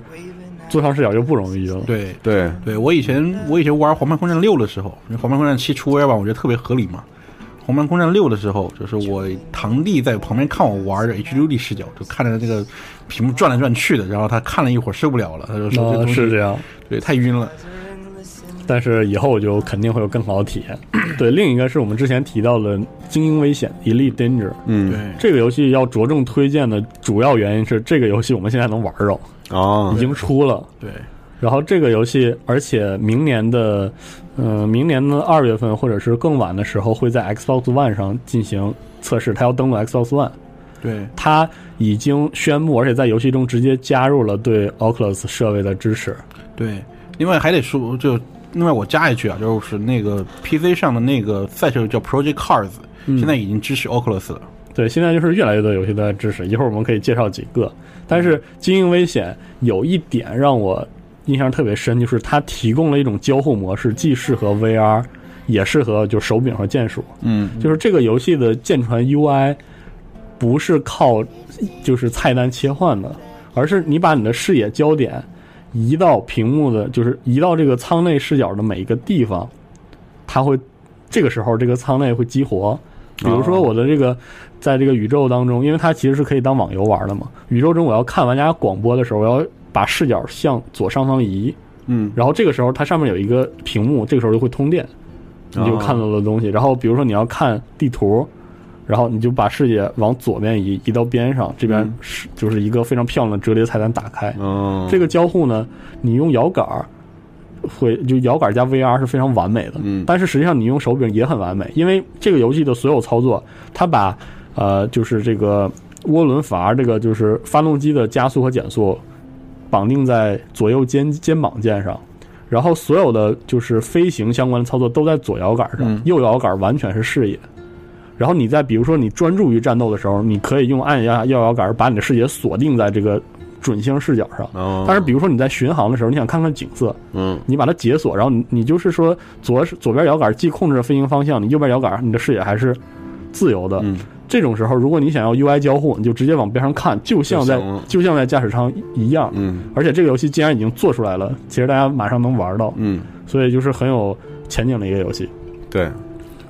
[SPEAKER 2] 座舱视角就不容易晕了。
[SPEAKER 11] 对
[SPEAKER 10] 对，
[SPEAKER 2] 嗯
[SPEAKER 11] 对我以前我以前玩《黄牌空战六》的时候，因为《黄牌空战七》出 VR 版，我觉得特别合理嘛。《黄牌空战六》的时候，就是我堂弟在旁边看我玩着 HUD 视角，就看着这个屏幕转来转去的，然后他看了一会儿受不了了，他就说：“这
[SPEAKER 2] 啊
[SPEAKER 11] 东西
[SPEAKER 2] 是这样，
[SPEAKER 11] 对，太晕了。
[SPEAKER 2] 但是以后我就肯定会有更好的体验。对，另一个是我们之前提到的《精英危险》（Elite Danger）。
[SPEAKER 10] 嗯，
[SPEAKER 2] 这个游戏要着重推荐的主要原因是，这个游戏我们现在能玩着，
[SPEAKER 10] 哦
[SPEAKER 2] 已，经出了。
[SPEAKER 11] 对，
[SPEAKER 2] 然后这个游戏，而且明年的，呃，明年的二月份或者是更晚的时候，会在 Xbox One 上进行测试，它要登陆 Xbox One。
[SPEAKER 11] 对
[SPEAKER 2] 它已经宣布，而且在游戏中直接加入了对 Oculus 设备的支持。
[SPEAKER 11] 对，另外还得说，就另外我加一句啊，就是那个 PC 上的那个赛车叫 Project Cars，、现
[SPEAKER 2] 嗯
[SPEAKER 11] 在已经支持 Oculus 了。
[SPEAKER 2] 对，现在就是越来越多游戏都在支持，一会儿我们可以介绍几个。但是《精英危险》有一点让我印象特别深，就是它提供了一种交互模式，既适合 VR，也适合就手柄和键鼠。
[SPEAKER 10] 嗯，
[SPEAKER 2] 就是这个游戏的舰船 UI 不是靠就是菜单切换的，而是你把你的视野焦点移到屏幕的，就是移到这个舱内视角的每一个地方，它会这个时候这个舱内会激活。比如
[SPEAKER 10] 哦
[SPEAKER 2] 说我的这个，在这个宇宙当中，因为它其实是可以当网游玩的嘛。宇宙中我要看玩家广播的时候，我要把视角向左上方移，
[SPEAKER 10] 嗯，
[SPEAKER 2] 然后这个时候它上面有一个屏幕，这个时候就会通电，你就看到
[SPEAKER 10] 哦
[SPEAKER 2] 了东西。然后比如说你要看地图，然后你就把视野往左边移，移到边上，这边是就是一个非常漂亮的折叠菜单打开。
[SPEAKER 10] 嗯哦，
[SPEAKER 2] 这个交互呢，你用摇杆儿会就摇杆加 VR 是非常完美的，
[SPEAKER 10] 嗯
[SPEAKER 2] 但是实际上你用手柄也很完美，因为这个游戏的所有操作，它把呃就是这个涡轮阀这个就是发动机的加速和减速绑定在左右肩肩膀键上。然后所有的就是飞行相关的操作都在左摇杆上，
[SPEAKER 10] 嗯
[SPEAKER 2] 右摇杆完全是视野。然后你在比如说你专注于战斗的时候，你可以用按压右摇杆把你的视野锁定在这个准星视角上。
[SPEAKER 10] 哦，
[SPEAKER 2] 但是比如说你在巡航的时候，你想看看景色，
[SPEAKER 10] 嗯，
[SPEAKER 2] 你把它解锁，然后你你就是说左左边摇杆既控制着飞行方向，你右边摇杆你的视野还是自由的。
[SPEAKER 10] 嗯
[SPEAKER 2] 这种时候，如果你想要 UI 交互，你就直接往边上看，就像在
[SPEAKER 10] 就行了
[SPEAKER 2] 就像在驾驶舱一样。
[SPEAKER 10] 嗯
[SPEAKER 2] 而且这个游戏既然已经做出来了，其实大家马上能玩到，
[SPEAKER 10] 嗯，
[SPEAKER 2] 所以就是很有前景的一个游戏。
[SPEAKER 10] 对，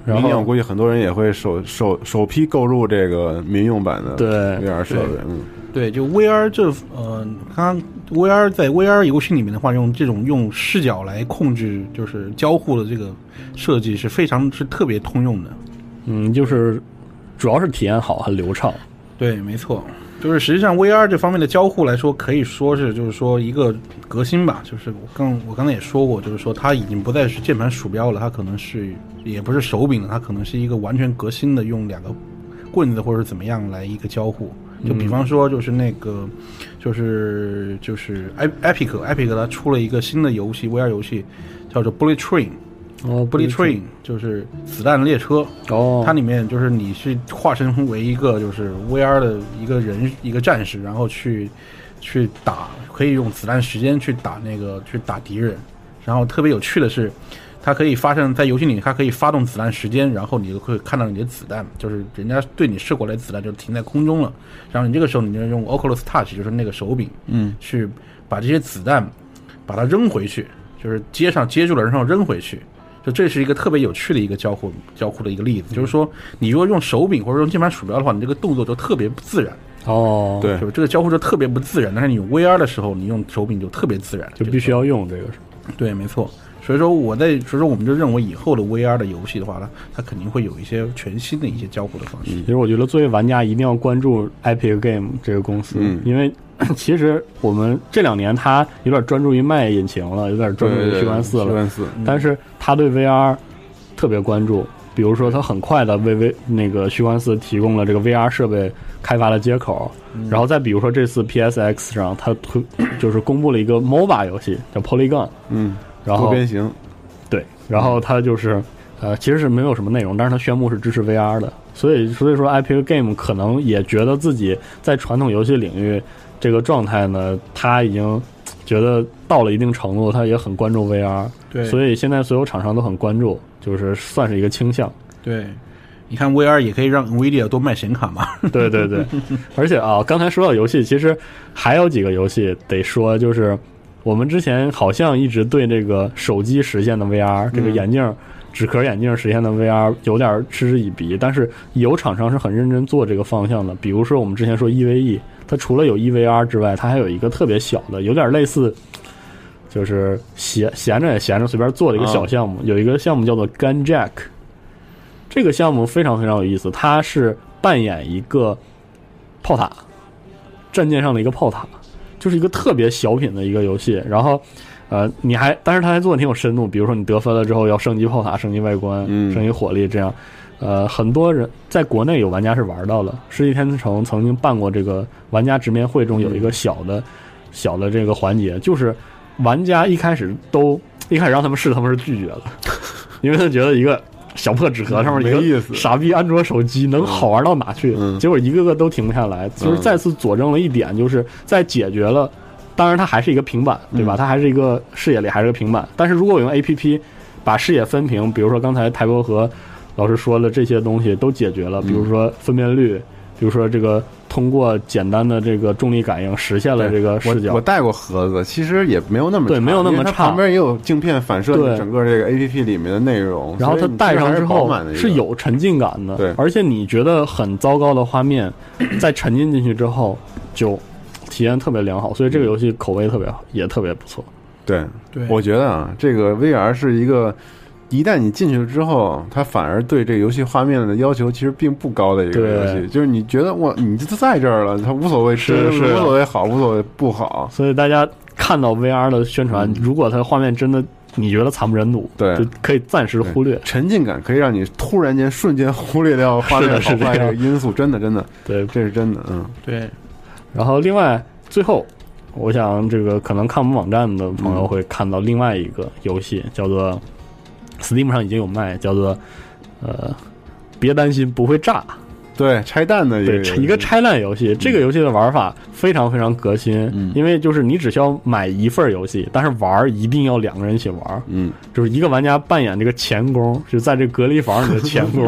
[SPEAKER 2] 然后
[SPEAKER 10] 明年我估计很多人也会首首首批购入这个民用版的
[SPEAKER 11] 对
[SPEAKER 10] VR 设备
[SPEAKER 11] 对，
[SPEAKER 10] 嗯，
[SPEAKER 11] 对，就 VR 这呃，刚刚 VR 在 VR 游戏里面的话，用这种用视角来控制就是交互的这个设计是非常是特别通用的。
[SPEAKER 2] 嗯，就是主要是体验好，很流畅。
[SPEAKER 11] 对，没错，就是实际上 VR 这方面的交互来说，可以说是就是说一个革新吧。就是我刚我刚才也说过，就是说它已经不再是键盘鼠标了，它可能是也不是手柄了，它可能是一个完全革新的用两个棍子或者怎么样来一个交互。就比方说，就是那个，就是就是 i Epic Epic 它出了一个新的游戏 VR 游戏，叫做 Bullet Train。
[SPEAKER 2] 哦
[SPEAKER 11] Bullet Train 就是子弹列车
[SPEAKER 2] 哦，
[SPEAKER 11] 它里面就是你是化身为一个就是 VR 的一个人一个战士，然后去去打，可以用子弹时间去打那个去打敌人。然后特别有趣的是，它可以发生在游戏里，它可以发动子弹时间，然后你就会看到你的子弹，就是人家对你射过来的子弹就停在空中了。然后你这个时候你就用 Oculus Touch，就是那个手柄，
[SPEAKER 2] 嗯
[SPEAKER 11] 去把这些子弹把它扔回去，就是接上接住了，然后扔回去。就这是一个特别有趣的一个交互交互的一个例子，就是说，你如果用手柄或者用键盘鼠标的话，你这个动作就特别不自然。
[SPEAKER 2] 哦，
[SPEAKER 10] 对
[SPEAKER 11] 就是这个交互就特别不自然。但是你用 VR 的时候，你用手柄就特别自然，
[SPEAKER 2] 就必须要用这个是。
[SPEAKER 10] 嗯
[SPEAKER 11] 对，没错。所以说我在，所以说我们就认为以后的 VR 的游戏的话呢，它肯定会有一些全新的一些交互的方式。
[SPEAKER 2] 其实我觉得作为玩家一定要关注 Epic Game 这个公司，
[SPEAKER 10] 嗯
[SPEAKER 2] 因为 其实我们这两年它有点专注于卖引擎了，有点专注于
[SPEAKER 10] 对对
[SPEAKER 2] 虚幻四了，
[SPEAKER 10] 虚幻四
[SPEAKER 2] 但是它对 VR 特别关注。比如说，它很快的为为那个虚幻四提供了这个 VR 设备开发的接口，然后再比如说这次 PSX 上它推 就是公布了一个 MOBA 游戏叫 Polygon，
[SPEAKER 10] 嗯，
[SPEAKER 2] 然后
[SPEAKER 10] 多边形，
[SPEAKER 2] 对，然后它就是呃，其实是没有什么内容，但是它宣布是支持 VR 的，所以所以说 Epic Game 可能也觉得自己在传统游戏领域这个状态呢，它已经觉得到了一定程度，它也很关注 VR，
[SPEAKER 11] 对
[SPEAKER 2] 所以现在所有厂商都很关注，就是算是一个倾向。
[SPEAKER 11] 对，你看 VR 也可以让 NVIDIA 多卖显卡嘛。
[SPEAKER 2] 对对对，而且啊，刚才说到游戏，其实还有几个游戏得说，就是我们之前好像一直对这个手机实现的 VR，、这个眼镜纸壳眼镜实现的 VR 有点嗤之以鼻，但是有厂商是很认真做这个方向的。比如说我们之前说 EVE，它除了有 EVR 之外，它还有一个特别小的，有点类似。就是闲闲着也闲着，随便做了一个小项目。有一个项目叫做 Gun Jack，这个项目非常非常有意思，它是扮演一个炮塔，战舰上的一个炮塔，就是一个特别小品的一个游戏。然后，呃，你还，但是它还做的挺有深度，比如说你得分了之后要升级炮塔、升级外观、
[SPEAKER 10] 嗯
[SPEAKER 2] 升级火力，这样，呃，很多人在国内有玩家是玩到了。世纪天城曾经办过这个玩家直面会中有一
[SPEAKER 10] 嗯
[SPEAKER 2] 个小的、小的这个环节，就是玩家一开始都一开始让他们试，他们是拒绝了。 因为他觉得一个小破纸盒上面
[SPEAKER 10] 没
[SPEAKER 2] 一
[SPEAKER 10] 意
[SPEAKER 2] 个
[SPEAKER 10] 思
[SPEAKER 2] 傻逼安卓手机能好玩到哪去？结果一个个都停不下来，就是再次佐证了一点，就是在解决了，当然它还是一个平板，对吧？它还是一个视野里还是个平板，但是如果我用 A P P 把视野分屏，比如说刚才台博和老师说的这些东西都解决了，比如说分辨率，比如说这个通过简单的这个重力感应实现了这个视
[SPEAKER 10] 我
[SPEAKER 2] 角
[SPEAKER 10] 我。带过盒子，其实也没有那么
[SPEAKER 2] 对
[SPEAKER 10] 差
[SPEAKER 2] 没有那么
[SPEAKER 10] 因为它
[SPEAKER 2] 差
[SPEAKER 10] 旁边也有镜片反射
[SPEAKER 2] 对
[SPEAKER 10] 你整个这个 A P P 里面的内容，
[SPEAKER 2] 然后它
[SPEAKER 10] 所以你
[SPEAKER 2] 戴上
[SPEAKER 10] 其
[SPEAKER 2] 之
[SPEAKER 10] 实还饱
[SPEAKER 2] 后
[SPEAKER 10] 满的一个
[SPEAKER 2] 是有沉浸感的，
[SPEAKER 10] 对
[SPEAKER 2] 而且你觉得很糟糕的画面，在沉浸进去之后就体验特别良好，所以这个游戏口碑特别好，也特别不错。
[SPEAKER 10] 对，
[SPEAKER 11] 对
[SPEAKER 10] 我觉得啊，这个 VR 是一个，一旦你进去之后，它反而对这个游戏画面的要求其实并不高的一个
[SPEAKER 2] 对
[SPEAKER 10] 游戏，就是你觉得哇，你就在这儿了，它无所谓吃，
[SPEAKER 2] 是是
[SPEAKER 10] 无所谓好，无所谓不好，
[SPEAKER 2] 所以大家看到 VR 的宣传，如果它画面真的你觉得惨不忍睹，
[SPEAKER 10] 嗯对
[SPEAKER 2] 就可以暂时忽略。
[SPEAKER 10] 沉浸感可以让你突然间瞬间 忽略掉画面
[SPEAKER 2] 是的是
[SPEAKER 10] 好
[SPEAKER 2] 这
[SPEAKER 10] 坏
[SPEAKER 2] 样
[SPEAKER 10] 这个因素，真的真的，
[SPEAKER 2] 对
[SPEAKER 10] 这是真的，嗯，
[SPEAKER 11] 对，
[SPEAKER 2] 然后另外最后，我想这个可能看我们网站的朋
[SPEAKER 10] 嗯
[SPEAKER 2] 友会看到另外一个游戏，叫做 Steam 上已经有卖，叫做呃，别担心不会炸。
[SPEAKER 10] 对，嗯拆弹的一个
[SPEAKER 2] 对
[SPEAKER 10] 游，戏
[SPEAKER 2] 一个拆弹游戏，这个游戏的玩法非常非常革新，
[SPEAKER 10] 嗯
[SPEAKER 2] 因为就是你只需要买一份儿游戏，但是玩儿一定要两个人一起玩儿，
[SPEAKER 10] 嗯，
[SPEAKER 2] 就是一个玩家扮演这个钳工，就在这隔离房里的钳 工，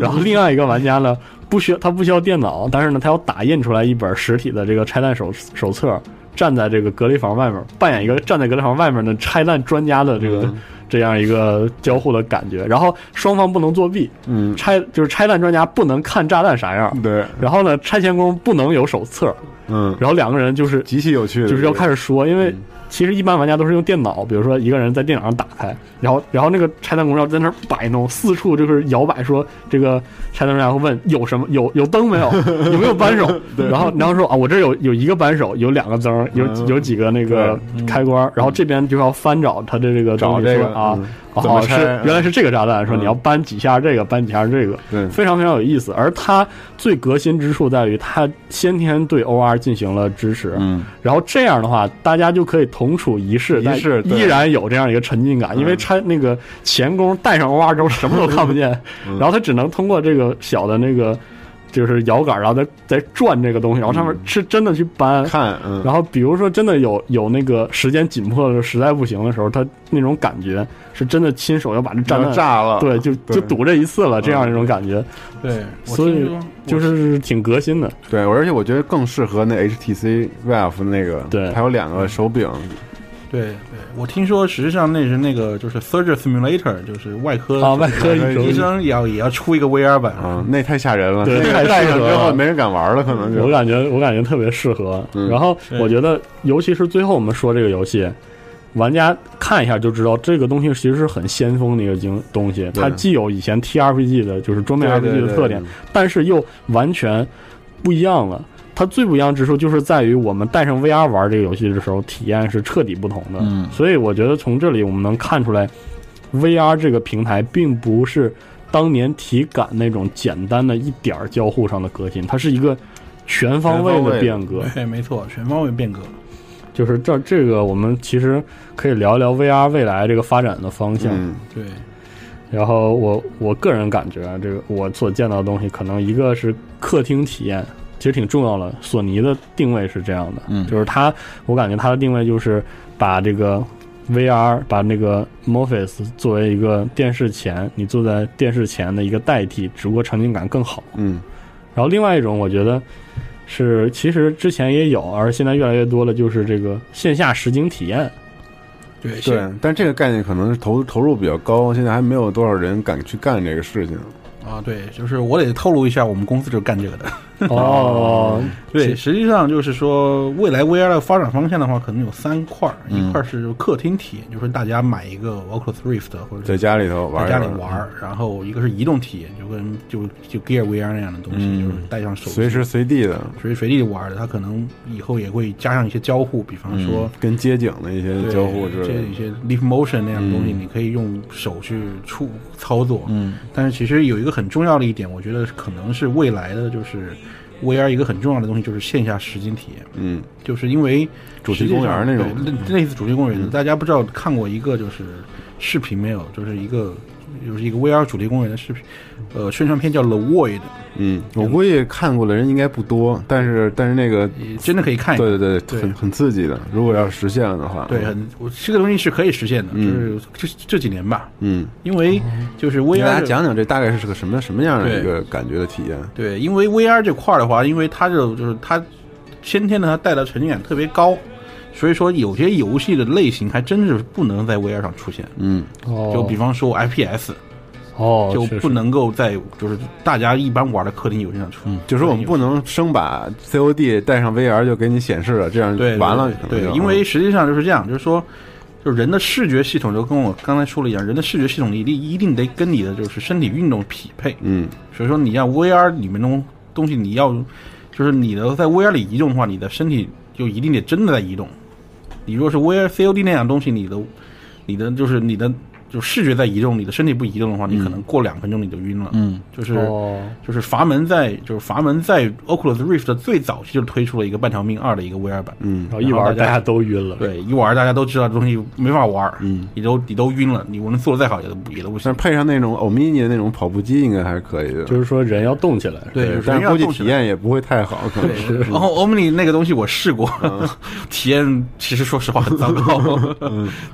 [SPEAKER 2] 然后另外一个玩家呢，不需要他不需要电脑，但是呢，他要打印出来一本实体的这个拆弹手手
[SPEAKER 10] 嗯
[SPEAKER 2] 册，站在这个隔离房外面，扮演一个站在隔离房外面的拆弹专家的这个这样一个交互的感觉。然后双方不能作弊，
[SPEAKER 10] 嗯，
[SPEAKER 2] 拆就是拆弹专家不能看炸弹啥样，
[SPEAKER 10] 对。
[SPEAKER 2] 然后呢，拆迁工不能有手册，
[SPEAKER 10] 嗯，
[SPEAKER 2] 然后两个人就是
[SPEAKER 10] 极其有趣的，嗯
[SPEAKER 2] 就是要开始说，因为其实一般玩家都是用电脑，比如说一个人在电脑上打开，然后然后那个拆弹工要在那儿摆弄，四处就是摇摆说，这个拆弹专家会问有什么有有灯没有， 有没有扳手，
[SPEAKER 10] 对
[SPEAKER 2] 然后然后说啊我这有有一个扳手，有两个灯，有
[SPEAKER 10] 嗯
[SPEAKER 2] 有几个那个开关，然后这边就要翻找他的这个
[SPEAKER 10] 找
[SPEAKER 2] 东西
[SPEAKER 10] 这
[SPEAKER 2] 说
[SPEAKER 10] 个
[SPEAKER 2] 啊
[SPEAKER 10] 嗯。
[SPEAKER 2] 哦
[SPEAKER 10] 怎么
[SPEAKER 2] 是
[SPEAKER 10] 拆嗯
[SPEAKER 2] 原来是这个炸弹，说你要搬几下这个，搬几下这个，
[SPEAKER 10] 对
[SPEAKER 2] 非常非常有意思。而它最革新之处在于，它先天对 OR 进行了支持，
[SPEAKER 10] 嗯，
[SPEAKER 2] 然后这样的话，大家就可以同处一室，
[SPEAKER 10] 一
[SPEAKER 2] 但
[SPEAKER 10] 室对
[SPEAKER 2] 依然有这样一个沉浸感，因为拆那个钳工戴上 OR 之后什么都看不见，然后他只能通过这个小的那个。就是摇杆，然后再再转这个东西，然后上面是真的去搬，
[SPEAKER 10] 看，嗯，
[SPEAKER 2] 然后比如说真的有有那个时间紧迫的时候，实在不行的时候，他那种感觉是真的亲手要把这炸弹
[SPEAKER 10] 要炸了
[SPEAKER 2] 对，就
[SPEAKER 10] 对
[SPEAKER 2] 就赌这一次了，这样一种感觉。
[SPEAKER 11] 对，我
[SPEAKER 2] 所以
[SPEAKER 11] 听说
[SPEAKER 2] 就是挺革新的。
[SPEAKER 10] 对，而且我觉得更适合那 HTC Vive 那个，
[SPEAKER 2] 对
[SPEAKER 10] 还有两个手柄，
[SPEAKER 11] 对对，我听说实际上那是那个就是 Surgeon Simulator，就是外科
[SPEAKER 2] 啊外科医生
[SPEAKER 11] 医生也要也要出一个 VR 版，
[SPEAKER 10] 嗯，那太吓人了，
[SPEAKER 2] 对
[SPEAKER 10] 那
[SPEAKER 2] 太
[SPEAKER 10] 个戴
[SPEAKER 2] 适
[SPEAKER 10] 上
[SPEAKER 2] 合
[SPEAKER 10] 之后
[SPEAKER 2] 了
[SPEAKER 10] 没人敢玩了，可能
[SPEAKER 2] 我
[SPEAKER 10] 就，
[SPEAKER 2] 感觉我感觉特别适合。
[SPEAKER 10] 嗯
[SPEAKER 2] 然后
[SPEAKER 11] 对
[SPEAKER 2] 我觉得，尤其是最后我们说这个游戏，玩家看一下就知道这个东西其实是很先锋的一个经东西，
[SPEAKER 10] 对
[SPEAKER 2] 它既有以前 TRPG 的就是桌面
[SPEAKER 10] 对对
[SPEAKER 2] RPG 的
[SPEAKER 10] 对
[SPEAKER 2] 特点
[SPEAKER 10] 嗯，
[SPEAKER 2] 但是又完全不一样了。它最不一样之处就是在于我们带上 VR 玩这个游戏的时候，体验是彻底不同的。
[SPEAKER 10] 嗯
[SPEAKER 2] 所以我觉得从这里我们能看出来，VR 这个平台并不是当年体感那种简单的一点儿交互上的革新，它是一个全方位
[SPEAKER 10] 全方位
[SPEAKER 2] 的
[SPEAKER 10] 的
[SPEAKER 2] 变革。
[SPEAKER 11] 对，没错，全方位变革。
[SPEAKER 2] 就是这这个，我们其实可以聊一聊 VR 未来这个发展的方向。
[SPEAKER 10] 嗯，
[SPEAKER 11] 对，
[SPEAKER 2] 然后我我个人感觉啊，这个我所见到的东西，可能一个是客厅体验，其实挺重要的。索尼的定位是这样的，
[SPEAKER 10] 嗯
[SPEAKER 2] 就是它，我感觉它的定位就是把这个 VR，把那个 Morpheus 作为一个电视前，你坐在电视前的一个代替，只不过沉浸感更好。
[SPEAKER 10] 嗯，
[SPEAKER 2] 然后另外一种，我觉得是其实之前也有，而现在越来越多的就是这个线下实景体验。
[SPEAKER 11] 对，现
[SPEAKER 10] 对，但这个概念可能是投投入比较高，现在还没有多少人敢去干这个事情，
[SPEAKER 11] 啊，对，就是我得透露一下，我们公司就是干这个的。
[SPEAKER 2] 哦，
[SPEAKER 11] 对，实际上就是说，未来 VR 的发展方向的话，可能有三块儿，
[SPEAKER 10] 嗯
[SPEAKER 11] 一块儿是客厅体验，就是大家买一个 Oculus Rift 或者
[SPEAKER 10] 在家里头玩
[SPEAKER 11] 在
[SPEAKER 10] 一，
[SPEAKER 11] 家里玩儿，然后一个是移动体验，就跟就就 Gear VR 那样的东西，
[SPEAKER 10] 嗯
[SPEAKER 11] 就是带上手机
[SPEAKER 10] 随时随地的，
[SPEAKER 11] 随时随地玩儿的，它可能以后也会加上一些交互，比方说。
[SPEAKER 10] 嗯跟街景的一些
[SPEAKER 11] 对
[SPEAKER 10] 交互之
[SPEAKER 11] 这
[SPEAKER 10] 类
[SPEAKER 11] 一
[SPEAKER 10] 的，
[SPEAKER 11] 些 leaf motion 那样的东西，
[SPEAKER 10] 嗯
[SPEAKER 11] 你可以用手去触操作。
[SPEAKER 10] 嗯，
[SPEAKER 11] 但是其实有一个很重要的一点，我觉得可能是未来的就是 VR 一个很重要的东西，就是线下实景体验。
[SPEAKER 10] 嗯，
[SPEAKER 11] 就是因为
[SPEAKER 10] 主题公园儿那种嗯
[SPEAKER 11] 对类类似主题公园，大家不知道看过一个就是视频没有，就是一个就是一个 VR 主题公园的视频，呃，宣传片叫 The Void，
[SPEAKER 10] 嗯，我估计看过的人应该不多，但是但是那个，
[SPEAKER 11] 也真的可以看一看。
[SPEAKER 10] 对
[SPEAKER 11] 对
[SPEAKER 10] 对对，很很刺激的，如果要实现了的话，
[SPEAKER 11] 对，很我这个东西是可以实现的，就是这这几年吧，
[SPEAKER 10] 嗯，
[SPEAKER 11] 因为就是
[SPEAKER 10] 给
[SPEAKER 11] VR
[SPEAKER 10] 大家
[SPEAKER 11] 的
[SPEAKER 10] 讲讲这大概是个什么什么样的
[SPEAKER 11] 对
[SPEAKER 10] 一个感觉的体验，
[SPEAKER 11] 对，因为 VR 这块儿的话，因为它就就是它先天的它带来的沉浸感特别高，所以说有些游戏的类型还真是不能在 VR 上出现。
[SPEAKER 10] 嗯，
[SPEAKER 2] 哦，
[SPEAKER 11] 就比方说 FPS
[SPEAKER 2] 哦
[SPEAKER 11] 就是不能够在就是大家一般玩的客厅游戏上出现，
[SPEAKER 10] 就是我们不能生把 COD 带上 VR 就给你显示了，这样
[SPEAKER 11] 对
[SPEAKER 10] 嗯完了可
[SPEAKER 11] 对，
[SPEAKER 10] 能就嗯
[SPEAKER 11] 对因为实际上就是这样，就是说。就人的视觉系统，就跟我刚才说了一样，人的视觉系统一定一定得跟你的就是身体运动匹配。
[SPEAKER 10] 嗯
[SPEAKER 11] 所以说你像 VR 里面东东西，你要就是你的在 VR 里移动的话，你的身体就一定得真的在移动。你如果是 VR COD 那样东西，你的你的就是你的就视觉在移动，你的身体不移动的话，你可能过两分钟你就晕了。
[SPEAKER 10] 嗯，
[SPEAKER 11] 就是、
[SPEAKER 2] 哦
[SPEAKER 11] 就是阀门在就是阀门在 Oculus Rift 最早期就推出了一个半条命二的一个 VR 版。
[SPEAKER 10] 嗯
[SPEAKER 2] 然后一玩大家都晕了。
[SPEAKER 11] 对，一玩大家都知道这东西没法玩，
[SPEAKER 10] 嗯，
[SPEAKER 11] 你都你都晕了，你无论做的再好也都不也都不行
[SPEAKER 10] 但是。配上那种 Omni 的那种跑步机应该还是可以的，
[SPEAKER 2] 就是说人要动起来。
[SPEAKER 11] 对，就是
[SPEAKER 10] 但
[SPEAKER 11] 人
[SPEAKER 10] 是
[SPEAKER 11] 要
[SPEAKER 10] 估计
[SPEAKER 11] 动起
[SPEAKER 10] 体
[SPEAKER 11] 来哦
[SPEAKER 10] 验也不会太好，可能是嗯
[SPEAKER 11] 然后 Omni 那个东西我试过， 体验其实说实话很糟 糕，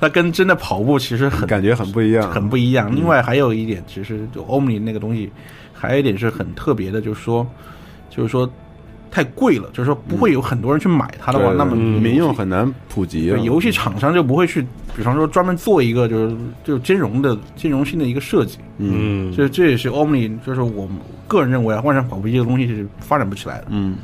[SPEAKER 11] 它跟真的跑步其实很
[SPEAKER 10] 嗯感觉很不一样，
[SPEAKER 11] 很不一
[SPEAKER 10] 嗯
[SPEAKER 11] 样。另外还有一点，其实就 Omni 那个东西，还有一点是很特别的，就是说，就是说太贵了，就是说不会有很多人去买它的话，
[SPEAKER 10] 对
[SPEAKER 11] 那么
[SPEAKER 10] 嗯民用很难普及啊
[SPEAKER 11] 对，游戏厂商就不会去，比方说专门做一个就是就是兼容的兼容性的一个设计。
[SPEAKER 10] 嗯
[SPEAKER 11] 这这也是 Omni，就是我个人认为啊，万山跑步机这个东西是发展不起来的。
[SPEAKER 10] 嗯，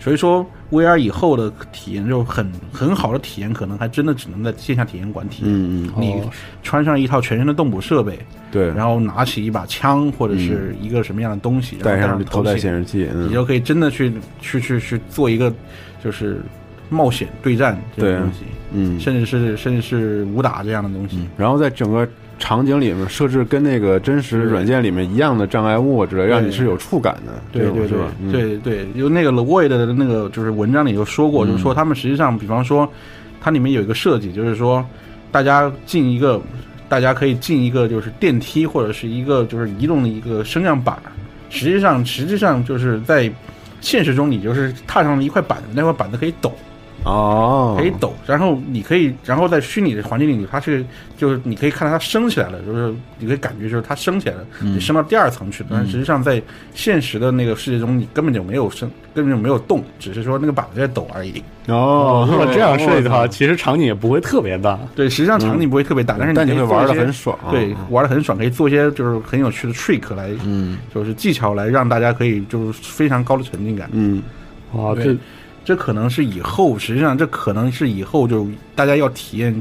[SPEAKER 11] 所以说 VR 以后的体验就很很好的体验，可能还真的只能在线下体验馆体验。
[SPEAKER 10] 嗯嗯
[SPEAKER 11] 你
[SPEAKER 10] 哦
[SPEAKER 11] 穿上一套全身的动捕设备，
[SPEAKER 10] 对，嗯
[SPEAKER 11] 然后拿起一把枪或者是一个什么样的东西，然后
[SPEAKER 10] 戴上
[SPEAKER 11] 上
[SPEAKER 10] 头戴显示
[SPEAKER 11] 器，
[SPEAKER 10] 器，嗯
[SPEAKER 11] 你就可以真的去去去去做一个就是冒险对战这
[SPEAKER 10] 对
[SPEAKER 11] 种东西，，
[SPEAKER 10] 嗯，
[SPEAKER 11] 甚至是甚至是武打这样的东西。
[SPEAKER 10] 然后在整个场景里面设置跟那个真实软件里面一样的障碍物之类，让你是有触感的，
[SPEAKER 11] 对
[SPEAKER 10] 这种
[SPEAKER 11] 对
[SPEAKER 10] 是
[SPEAKER 11] 对
[SPEAKER 10] 吧？嗯
[SPEAKER 11] 对对，就那个 The Void 的那个就是文章里有说过，
[SPEAKER 10] 嗯
[SPEAKER 11] 就是说他们实际上，比方说，它里面有一个设计，就是说大家进一个，大家可以进一个就是电梯或者是一个就是移动的一个升降板，实际上实际上就是在现实中你就是踏上了一块板子，那块板子可以抖。
[SPEAKER 10] 哦，
[SPEAKER 2] 嗯
[SPEAKER 11] 可以抖，然后你可以，然后在虚拟的环境里，它是就是你可以看到它升起来了，就是你可以感觉就是它升起来了，
[SPEAKER 10] 嗯
[SPEAKER 11] 你升到第二层去了。但
[SPEAKER 10] 嗯
[SPEAKER 11] 实际上在现实的那个世界中，你根本就没有升，根本就没有动，只是说那个板子在抖而已。
[SPEAKER 10] 哦
[SPEAKER 2] 如果这样设计的话，其实场景也不会特别大。
[SPEAKER 11] 对，实际上场景不会特别大，但是
[SPEAKER 2] 但
[SPEAKER 11] 你
[SPEAKER 2] 你
[SPEAKER 11] 可以
[SPEAKER 2] 会
[SPEAKER 11] 做一
[SPEAKER 2] 玩得
[SPEAKER 11] 些
[SPEAKER 2] 很爽啊
[SPEAKER 10] 啊
[SPEAKER 11] 对，玩的很爽，可以做一些就是很有趣的 trick 来，
[SPEAKER 10] 嗯，
[SPEAKER 11] 就是技巧来让大家可以就是非常高的沉浸感，
[SPEAKER 10] 嗯，
[SPEAKER 2] 哇，
[SPEAKER 11] 这这可能是以后，实际上这可能是以后就大家要体验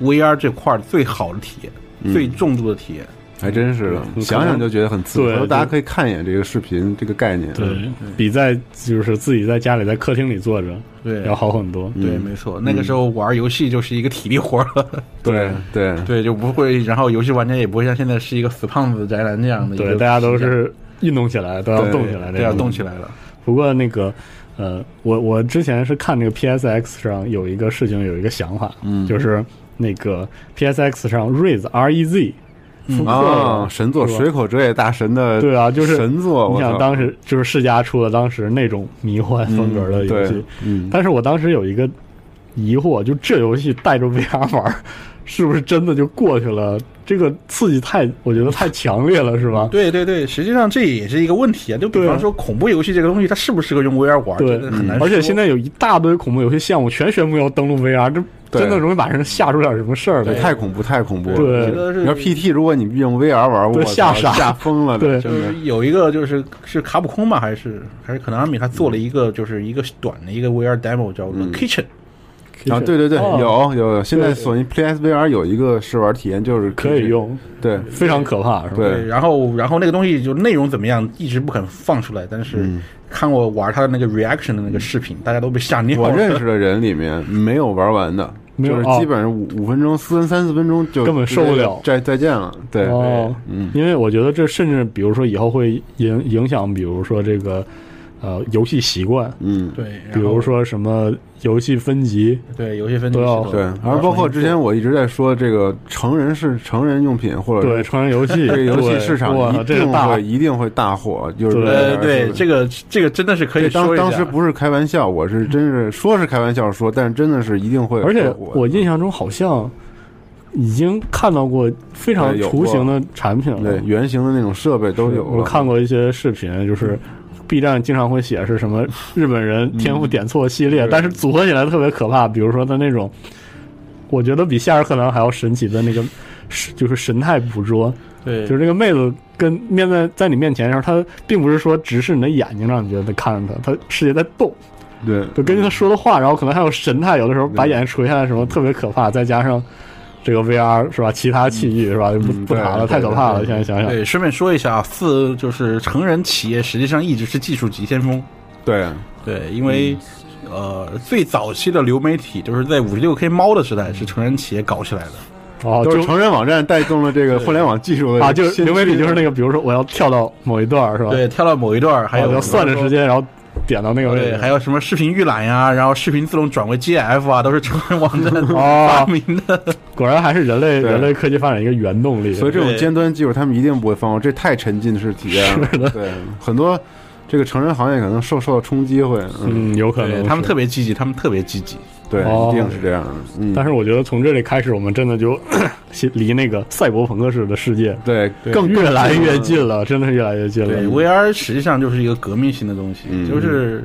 [SPEAKER 11] VR 这块儿最好的体验，
[SPEAKER 10] 嗯
[SPEAKER 11] 最重度的体验。
[SPEAKER 10] 还真是的，想想就觉得很刺激。
[SPEAKER 2] 对
[SPEAKER 10] 回头大家
[SPEAKER 2] 就
[SPEAKER 10] 可以看一眼这个视频，这个概念。
[SPEAKER 2] 对，嗯比在就是自己在家里在客厅里坐着，
[SPEAKER 11] 对
[SPEAKER 2] 要好很多。嗯
[SPEAKER 11] 对，没错，那个时候玩游戏就是一个体力活儿了。
[SPEAKER 10] 对对
[SPEAKER 11] 对，就不会，然后游戏玩家也不会像现在是一个死胖子宅男这样的一个
[SPEAKER 2] 对，
[SPEAKER 11] 体验。
[SPEAKER 2] 大家都是运动起来，都要动起来，
[SPEAKER 11] 对要动起来了。
[SPEAKER 2] 不过那个，呃，我我之前是看那个 PSX 上有一个事情，有一个想法，
[SPEAKER 10] 嗯
[SPEAKER 2] 就是那个 PSX 上 Rez R E Z 复刻
[SPEAKER 10] 啊
[SPEAKER 2] 了，
[SPEAKER 10] 神作《
[SPEAKER 2] 是吧
[SPEAKER 10] 水口哲也大神》的，
[SPEAKER 2] 对啊，就是
[SPEAKER 10] 神作。
[SPEAKER 2] 你
[SPEAKER 10] 我
[SPEAKER 2] 想
[SPEAKER 10] 操
[SPEAKER 2] 当时就是世嘉出了当时那种迷幻风格的游戏，
[SPEAKER 10] 嗯对嗯
[SPEAKER 2] 但是我当时有一个疑惑，就这游戏带着 VR 玩儿，是不是真的就过去了？这个刺激太，我觉得太强烈了，是吧？
[SPEAKER 11] 对对对，实际上这也是一个问题啊。就比
[SPEAKER 2] 对啊
[SPEAKER 11] 方说恐怖游戏这个东西，它适不适合用 VR 玩，
[SPEAKER 2] 对嗯
[SPEAKER 11] 真的很难。
[SPEAKER 2] 而且现在有一大堆恐怖游戏项目全宣布要登录 VR，这
[SPEAKER 10] 对
[SPEAKER 2] 真的容易把人吓出点什么事儿来。
[SPEAKER 10] 对太恐怖，太恐怖了！
[SPEAKER 2] 对
[SPEAKER 10] 我觉得是你要 PT，如果你用 VR 玩，我
[SPEAKER 2] 对
[SPEAKER 10] 操
[SPEAKER 2] 吓傻
[SPEAKER 10] 吓疯了，
[SPEAKER 2] 对
[SPEAKER 10] 真
[SPEAKER 11] 就
[SPEAKER 10] 的
[SPEAKER 11] 是有一个就是是卡普空吧，还是还是可能阿米他做了一个就是一个短的一个 VR demo 叫
[SPEAKER 2] 嗯
[SPEAKER 11] The Kitchen，
[SPEAKER 10] 啊，对对对，
[SPEAKER 11] 哦
[SPEAKER 10] 有有有，现在
[SPEAKER 11] 对
[SPEAKER 10] 索尼 PSVR 有一个试玩体验，就是
[SPEAKER 2] 可以用，
[SPEAKER 10] 对，
[SPEAKER 2] 非常可怕，是吧？
[SPEAKER 10] 对，
[SPEAKER 11] 然后然后那个东西就内容怎么样一直不肯放出来，但是
[SPEAKER 10] 嗯
[SPEAKER 11] 看我玩他的那个 reaction 的那个视频，大家都被吓尿了。
[SPEAKER 10] 我认识的人里面没有玩完 的，
[SPEAKER 11] 没有
[SPEAKER 10] 就是
[SPEAKER 11] 哦
[SPEAKER 10] 基本上五五分钟、四分三四分钟就
[SPEAKER 2] 啊根本受不了
[SPEAKER 10] 再再见了。对，嗯
[SPEAKER 2] 哦，因为我觉得这甚至比如说以后会影影响，比如说这个呃游戏习惯，
[SPEAKER 10] 嗯，
[SPEAKER 11] 对
[SPEAKER 2] 比如说什么游戏分级，
[SPEAKER 11] 对游戏分
[SPEAKER 2] 级都要
[SPEAKER 10] 对，而包括之前我一直在说这个成人是成人用品或者
[SPEAKER 2] 对成人游戏
[SPEAKER 10] 这个游戏
[SPEAKER 2] 对
[SPEAKER 10] 市场
[SPEAKER 2] 哇
[SPEAKER 10] 一
[SPEAKER 2] 这个
[SPEAKER 10] 定
[SPEAKER 2] 大
[SPEAKER 10] 会一定会大火，就是
[SPEAKER 11] 呃，对，这
[SPEAKER 10] 个。
[SPEAKER 11] 个这个真的是可以
[SPEAKER 10] 这当
[SPEAKER 11] 说一下
[SPEAKER 10] 当时不是开玩笑，我是真是说是开玩笑说，但是真的是一定会
[SPEAKER 2] 而且
[SPEAKER 10] 会火
[SPEAKER 2] 我印象中好像已经看到过非常
[SPEAKER 10] 对呃有
[SPEAKER 2] 雏
[SPEAKER 10] 过
[SPEAKER 2] 形的产品了
[SPEAKER 10] 对。圆形的那种设备都有了。
[SPEAKER 2] 我看过一些视频，就是 B 站经常会写是什么日本人天赋点错系列，但是组合起来特别可怕。比如说他那种，我觉得比夏日课堂还要神奇的那个，是就是神态捕捉。
[SPEAKER 11] 对
[SPEAKER 2] 就是那个妹子跟面在在你面前的时候，她并不是说直视你的眼睛让你觉得在看着她，她世界在动。
[SPEAKER 10] 对，
[SPEAKER 2] 就根据她说的话，然后可能还有神态，有的时候把眼睛垂下来什么特别可怕，再加上。这个 VR 是吧？其他器具是吧？就不不谈了，太可怕了。现在想想，
[SPEAKER 11] 对，顺便说一下啊，四就是成人企业实际上一直是技术急先锋。
[SPEAKER 10] 对
[SPEAKER 2] 啊
[SPEAKER 11] 对，因为、
[SPEAKER 10] 嗯
[SPEAKER 11] 呃，最早期的流媒体就是在五十六 K 猫的时代是成人企业搞起来的。
[SPEAKER 2] 哦，
[SPEAKER 10] 都
[SPEAKER 2] 就是
[SPEAKER 10] 成人网站带动了这个互联网技术的
[SPEAKER 2] 啊，就是
[SPEAKER 10] 先
[SPEAKER 2] 流媒体
[SPEAKER 10] 驱
[SPEAKER 2] 就是那个，比如说我要跳到某一段儿
[SPEAKER 10] 哦
[SPEAKER 2] 是吧？啊
[SPEAKER 11] 对，跳到某一段儿，还有
[SPEAKER 2] 我要算着时间，然后点到那个位
[SPEAKER 11] 对，
[SPEAKER 2] 置。
[SPEAKER 11] 还有什么视频预览呀、然后视频自动转为 GIF 啊，都 是成人网站
[SPEAKER 2] 哦
[SPEAKER 11] 发明 的。
[SPEAKER 2] 果然还是人类
[SPEAKER 10] 对
[SPEAKER 2] 人类科技发展一个原动力。
[SPEAKER 10] 所以这种尖端技术他们一定不会放过，这太沉浸式体验了。对，很多这个成人行业可能受受到冲击会，
[SPEAKER 2] 嗯有可能
[SPEAKER 11] 对
[SPEAKER 2] 是
[SPEAKER 11] 他们特别积极，他们特别积极。
[SPEAKER 10] 对，
[SPEAKER 2] 哦
[SPEAKER 10] 一定是这样的。嗯，
[SPEAKER 2] 但是我觉得从这里开始，我们真的就 先离那个赛博朋克式的世界
[SPEAKER 10] 对
[SPEAKER 2] 更越来越近了，真的是越来越近了。嗯
[SPEAKER 11] 对，VR 实际上就是一个革命性的东西，就是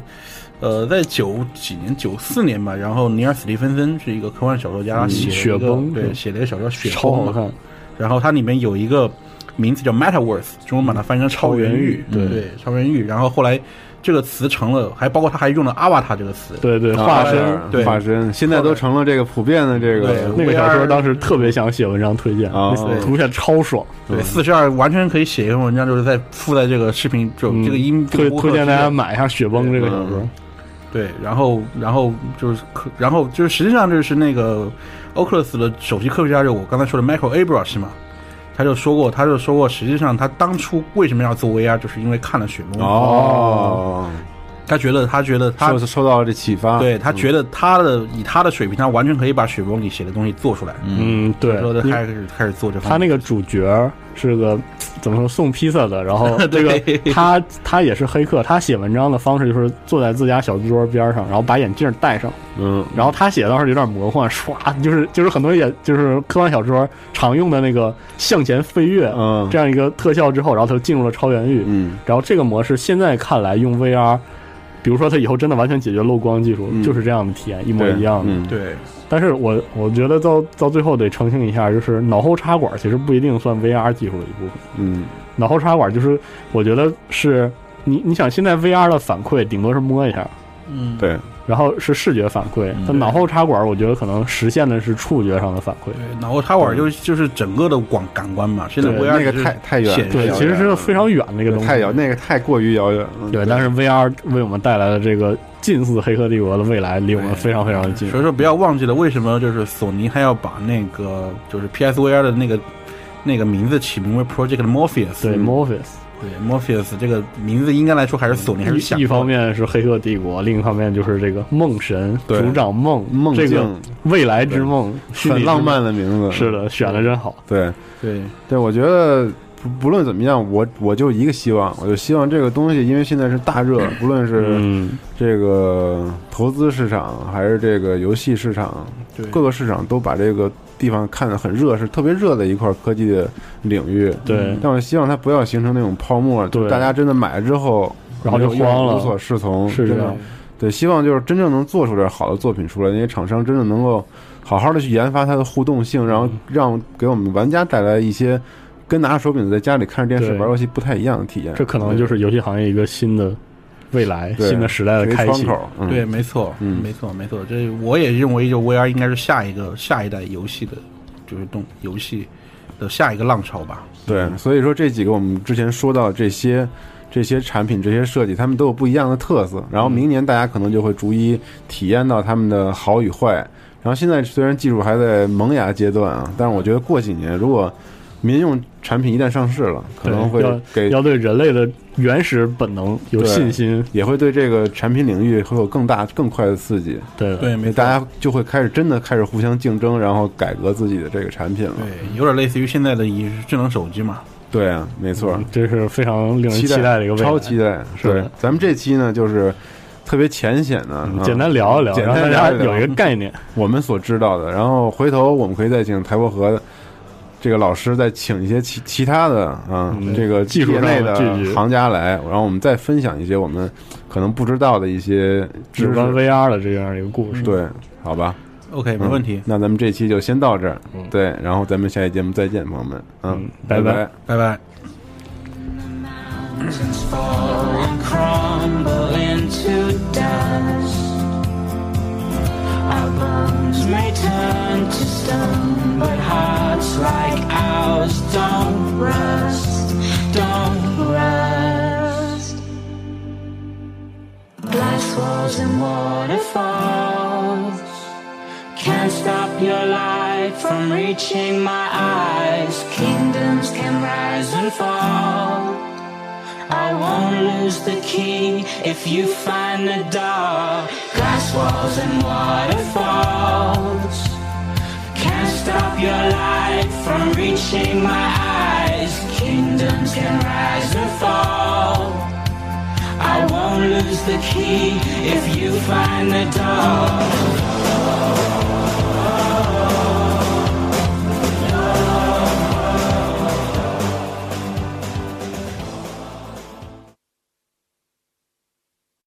[SPEAKER 11] 呃，在九几年，九四年吧，然后尼尔·史蒂芬森是一个科幻小说家，他
[SPEAKER 2] 嗯
[SPEAKER 11] 写
[SPEAKER 2] 雪
[SPEAKER 11] 了一个
[SPEAKER 2] 崩
[SPEAKER 11] 对，写了一个小说《雪崩》
[SPEAKER 2] 超好
[SPEAKER 11] 嘛
[SPEAKER 2] 看。
[SPEAKER 11] 然后它里面有一个名字叫 Metaverse，中文把它翻译成超元域，
[SPEAKER 2] 超元域
[SPEAKER 11] 对超元域。然后后来这个词成了，还包括他还用了 Avatar 这个词，
[SPEAKER 2] 对对，
[SPEAKER 11] 啊
[SPEAKER 2] 化
[SPEAKER 11] 后来
[SPEAKER 2] 身
[SPEAKER 11] 对
[SPEAKER 10] 化身，现在都成了这个普遍的这个
[SPEAKER 2] 那个小说当时特别想写文章推荐，
[SPEAKER 10] 啊
[SPEAKER 2] 那图片超爽。
[SPEAKER 11] 对，四十二完全可以写一篇文章，就是在附在这个视频就
[SPEAKER 2] 嗯
[SPEAKER 11] 这个音
[SPEAKER 2] 推推荐大家买一下《雪崩》这个
[SPEAKER 11] 嗯
[SPEAKER 2] 小说。
[SPEAKER 11] 对，然后然后就是科，然后就是实际上就是那个 Oculus 的首席科学家，就我刚才说的 Michael Abrash 嘛，他就说过，他就说过，实际上他当初为什么要做 VR，就是因为看了《雪崩》
[SPEAKER 2] 哦
[SPEAKER 10] 哦，
[SPEAKER 11] 他觉得他觉得他
[SPEAKER 10] 受受到了这启
[SPEAKER 2] 啊
[SPEAKER 10] 发，
[SPEAKER 11] 对
[SPEAKER 2] 嗯
[SPEAKER 11] 他觉
[SPEAKER 10] 得
[SPEAKER 11] 得他的以他的水平，他完全可以把《雪崩》里写的东西做出来。
[SPEAKER 2] 嗯，对，
[SPEAKER 11] 说的
[SPEAKER 2] 因为
[SPEAKER 11] 开始开始做这方
[SPEAKER 2] 他
[SPEAKER 11] 面，
[SPEAKER 2] 那个主角是个怎么说送披萨的，然 后这
[SPEAKER 11] 对
[SPEAKER 2] 个他他也是黑客，他写文章的方式就是坐在自家小桌边上，然后把眼镜戴上，
[SPEAKER 10] 嗯，
[SPEAKER 2] 然后他写的倒是有点魔幻，唰，就是就是很多也就是科幻小说常用的那个向前飞跃，
[SPEAKER 10] 嗯
[SPEAKER 2] 这样一个特效之后，然后他就进入了超元域，
[SPEAKER 10] 嗯，
[SPEAKER 2] 然后这个模式现在看来用 VR，比如说它以后真的完全解决漏光技术，
[SPEAKER 10] 嗯
[SPEAKER 2] 就是这样的体验一模
[SPEAKER 10] 对
[SPEAKER 2] 一样的，
[SPEAKER 10] 嗯
[SPEAKER 11] 对
[SPEAKER 2] 但是我我觉得到到最后得澄清一下，就是脑后插管其实不一定算 VR 技术的一部分。
[SPEAKER 10] 嗯
[SPEAKER 2] 脑后插管就是我觉得是你你想现在 VR 的反馈顶多是摸一下，
[SPEAKER 11] 嗯
[SPEAKER 10] 对，
[SPEAKER 2] 然后是视觉反馈，
[SPEAKER 10] 嗯
[SPEAKER 2] 但脑后插管我觉得可能实现的是触觉上的反
[SPEAKER 10] 嗯
[SPEAKER 2] 馈。
[SPEAKER 11] 对，脑后插管就就是整个的广感官嘛，现在
[SPEAKER 2] 对
[SPEAKER 11] VR
[SPEAKER 10] 那个
[SPEAKER 11] 只是
[SPEAKER 10] 太太远
[SPEAKER 11] 显
[SPEAKER 2] 对，
[SPEAKER 10] 对
[SPEAKER 11] 示
[SPEAKER 10] 遥
[SPEAKER 2] 其实
[SPEAKER 10] 远
[SPEAKER 2] 是
[SPEAKER 10] 了
[SPEAKER 2] 非常远的一个东西。
[SPEAKER 10] 太遥，那个太过于遥远了，
[SPEAKER 2] 对，但是 VR 为我们带来了这个近似《黑客帝国》的未来，离我们非常非常的近
[SPEAKER 11] 所。以说不要忘记了，为什么就是索尼还要把那个就是 PSVR 的那个那个名字起名为 Project Morpheus？
[SPEAKER 10] 嗯
[SPEAKER 2] 对，Morpheus，
[SPEAKER 11] 对 Morpheus 这个名字应该来说还是索尼还是想
[SPEAKER 2] 一一方面是《黑客帝国》，另一方面就是这个梦神
[SPEAKER 10] 对
[SPEAKER 2] 主掌梦
[SPEAKER 10] 梦
[SPEAKER 2] 这个
[SPEAKER 10] 境
[SPEAKER 2] 未来之梦，虚拟
[SPEAKER 10] 很
[SPEAKER 2] 之
[SPEAKER 10] 浪漫
[SPEAKER 2] 梦。
[SPEAKER 10] 的名字，
[SPEAKER 2] 是的，选的真好。
[SPEAKER 10] 对
[SPEAKER 11] 对
[SPEAKER 10] 对，我觉得不不论怎么样，我我就一个希望，我就希望这个东西，因为现在是大热，不论是
[SPEAKER 2] 嗯，
[SPEAKER 10] 这个投资市场还是这个游戏市场，
[SPEAKER 11] 对
[SPEAKER 10] 各个市场都把这个地方看得很热，是特别热的一块科技的领域。
[SPEAKER 2] 对
[SPEAKER 10] 但我希望它不要形成那种泡沫，
[SPEAKER 2] 对
[SPEAKER 10] 大家真的买了之后，
[SPEAKER 2] 然后就慌了
[SPEAKER 10] 无所适从，
[SPEAKER 2] 是
[SPEAKER 10] 真
[SPEAKER 2] 这
[SPEAKER 10] 的
[SPEAKER 2] 样。。
[SPEAKER 10] 对，希望就是真正能做出点好的作品出来，那些厂商真的能够好好的去研发它的互动性，然后让给我们玩家带来一些跟拿着手柄在家里看着电视
[SPEAKER 2] 对
[SPEAKER 10] 玩游戏不太一样的体验。
[SPEAKER 2] 这可能就是游戏行业一个新的未来、
[SPEAKER 10] 对
[SPEAKER 2] 新的时代的
[SPEAKER 10] 是一
[SPEAKER 2] 开
[SPEAKER 10] 窗
[SPEAKER 2] 启。
[SPEAKER 10] 口。嗯、
[SPEAKER 11] 对，，没错，
[SPEAKER 10] 嗯
[SPEAKER 11] 没错，没错。这我也认为，就 VR 应该是下一个下一代游戏的，就是动游戏的下一个浪潮吧。
[SPEAKER 10] 对，所以说这几个我们之前说到这些这些产品、这些设计，他们都有不一样的特色。然后明年大家可能就会逐一体验到他们的好与坏。然后现在虽然技术还在萌芽阶段啊，但是我觉得过几年如果民用产品一旦上市了，可
[SPEAKER 2] 对，
[SPEAKER 10] 能会给
[SPEAKER 2] 要要对人类的原始本能有
[SPEAKER 10] 对
[SPEAKER 2] 信心。
[SPEAKER 10] 也会对这个产品领域会有更大、更快的刺激。
[SPEAKER 2] 对的，
[SPEAKER 11] 对，没
[SPEAKER 10] 大家就会开始真的开始互相竞争，然后改革自己的这个产品了。
[SPEAKER 11] 对，有点类似于现在的以智能手机嘛。
[SPEAKER 10] 对啊，没错。
[SPEAKER 2] 这是非常令人期待的一个未来。
[SPEAKER 10] 超期待。
[SPEAKER 2] 是的
[SPEAKER 10] 对，咱们这期呢就是特别浅显的，啊
[SPEAKER 2] 嗯简单聊一聊，
[SPEAKER 10] 简
[SPEAKER 2] 让大
[SPEAKER 10] 单
[SPEAKER 2] 家
[SPEAKER 10] 聊一聊
[SPEAKER 2] 有一个概 念。
[SPEAKER 10] 我们所知道的，然后回头我们可以再请台伯和。这个老师再请一些其其他的啊，
[SPEAKER 2] 嗯
[SPEAKER 10] 这个
[SPEAKER 2] 技术
[SPEAKER 10] 业
[SPEAKER 2] 上
[SPEAKER 10] 内
[SPEAKER 2] 的
[SPEAKER 10] 的
[SPEAKER 2] 聚集
[SPEAKER 10] 行家来，然后我们再分享一些我们可能不知道的一些
[SPEAKER 2] 有
[SPEAKER 10] 知
[SPEAKER 2] 关
[SPEAKER 10] 识。
[SPEAKER 2] VR 的这样一个故事。
[SPEAKER 10] 对，好吧，
[SPEAKER 11] OK，没问题。
[SPEAKER 10] 那咱们这期就先到这儿，对，然后咱们下期节目再见，朋友们，嗯
[SPEAKER 2] 嗯，拜拜
[SPEAKER 11] 拜
[SPEAKER 10] 拜
[SPEAKER 11] 拜。
[SPEAKER 12] crumble into dust. Our bones may turn to stone, but hearts like ours don't rust, don't rust. Glass walls and waterfalls can't stop your light from reaching my eyes. Kingdoms can rise and fall. I won't lose the key if you find the door. Glass walls and waterfalls can't stop your light from reaching my eyes. Kingdoms can rise and fall. I won't lose the key if you find the door.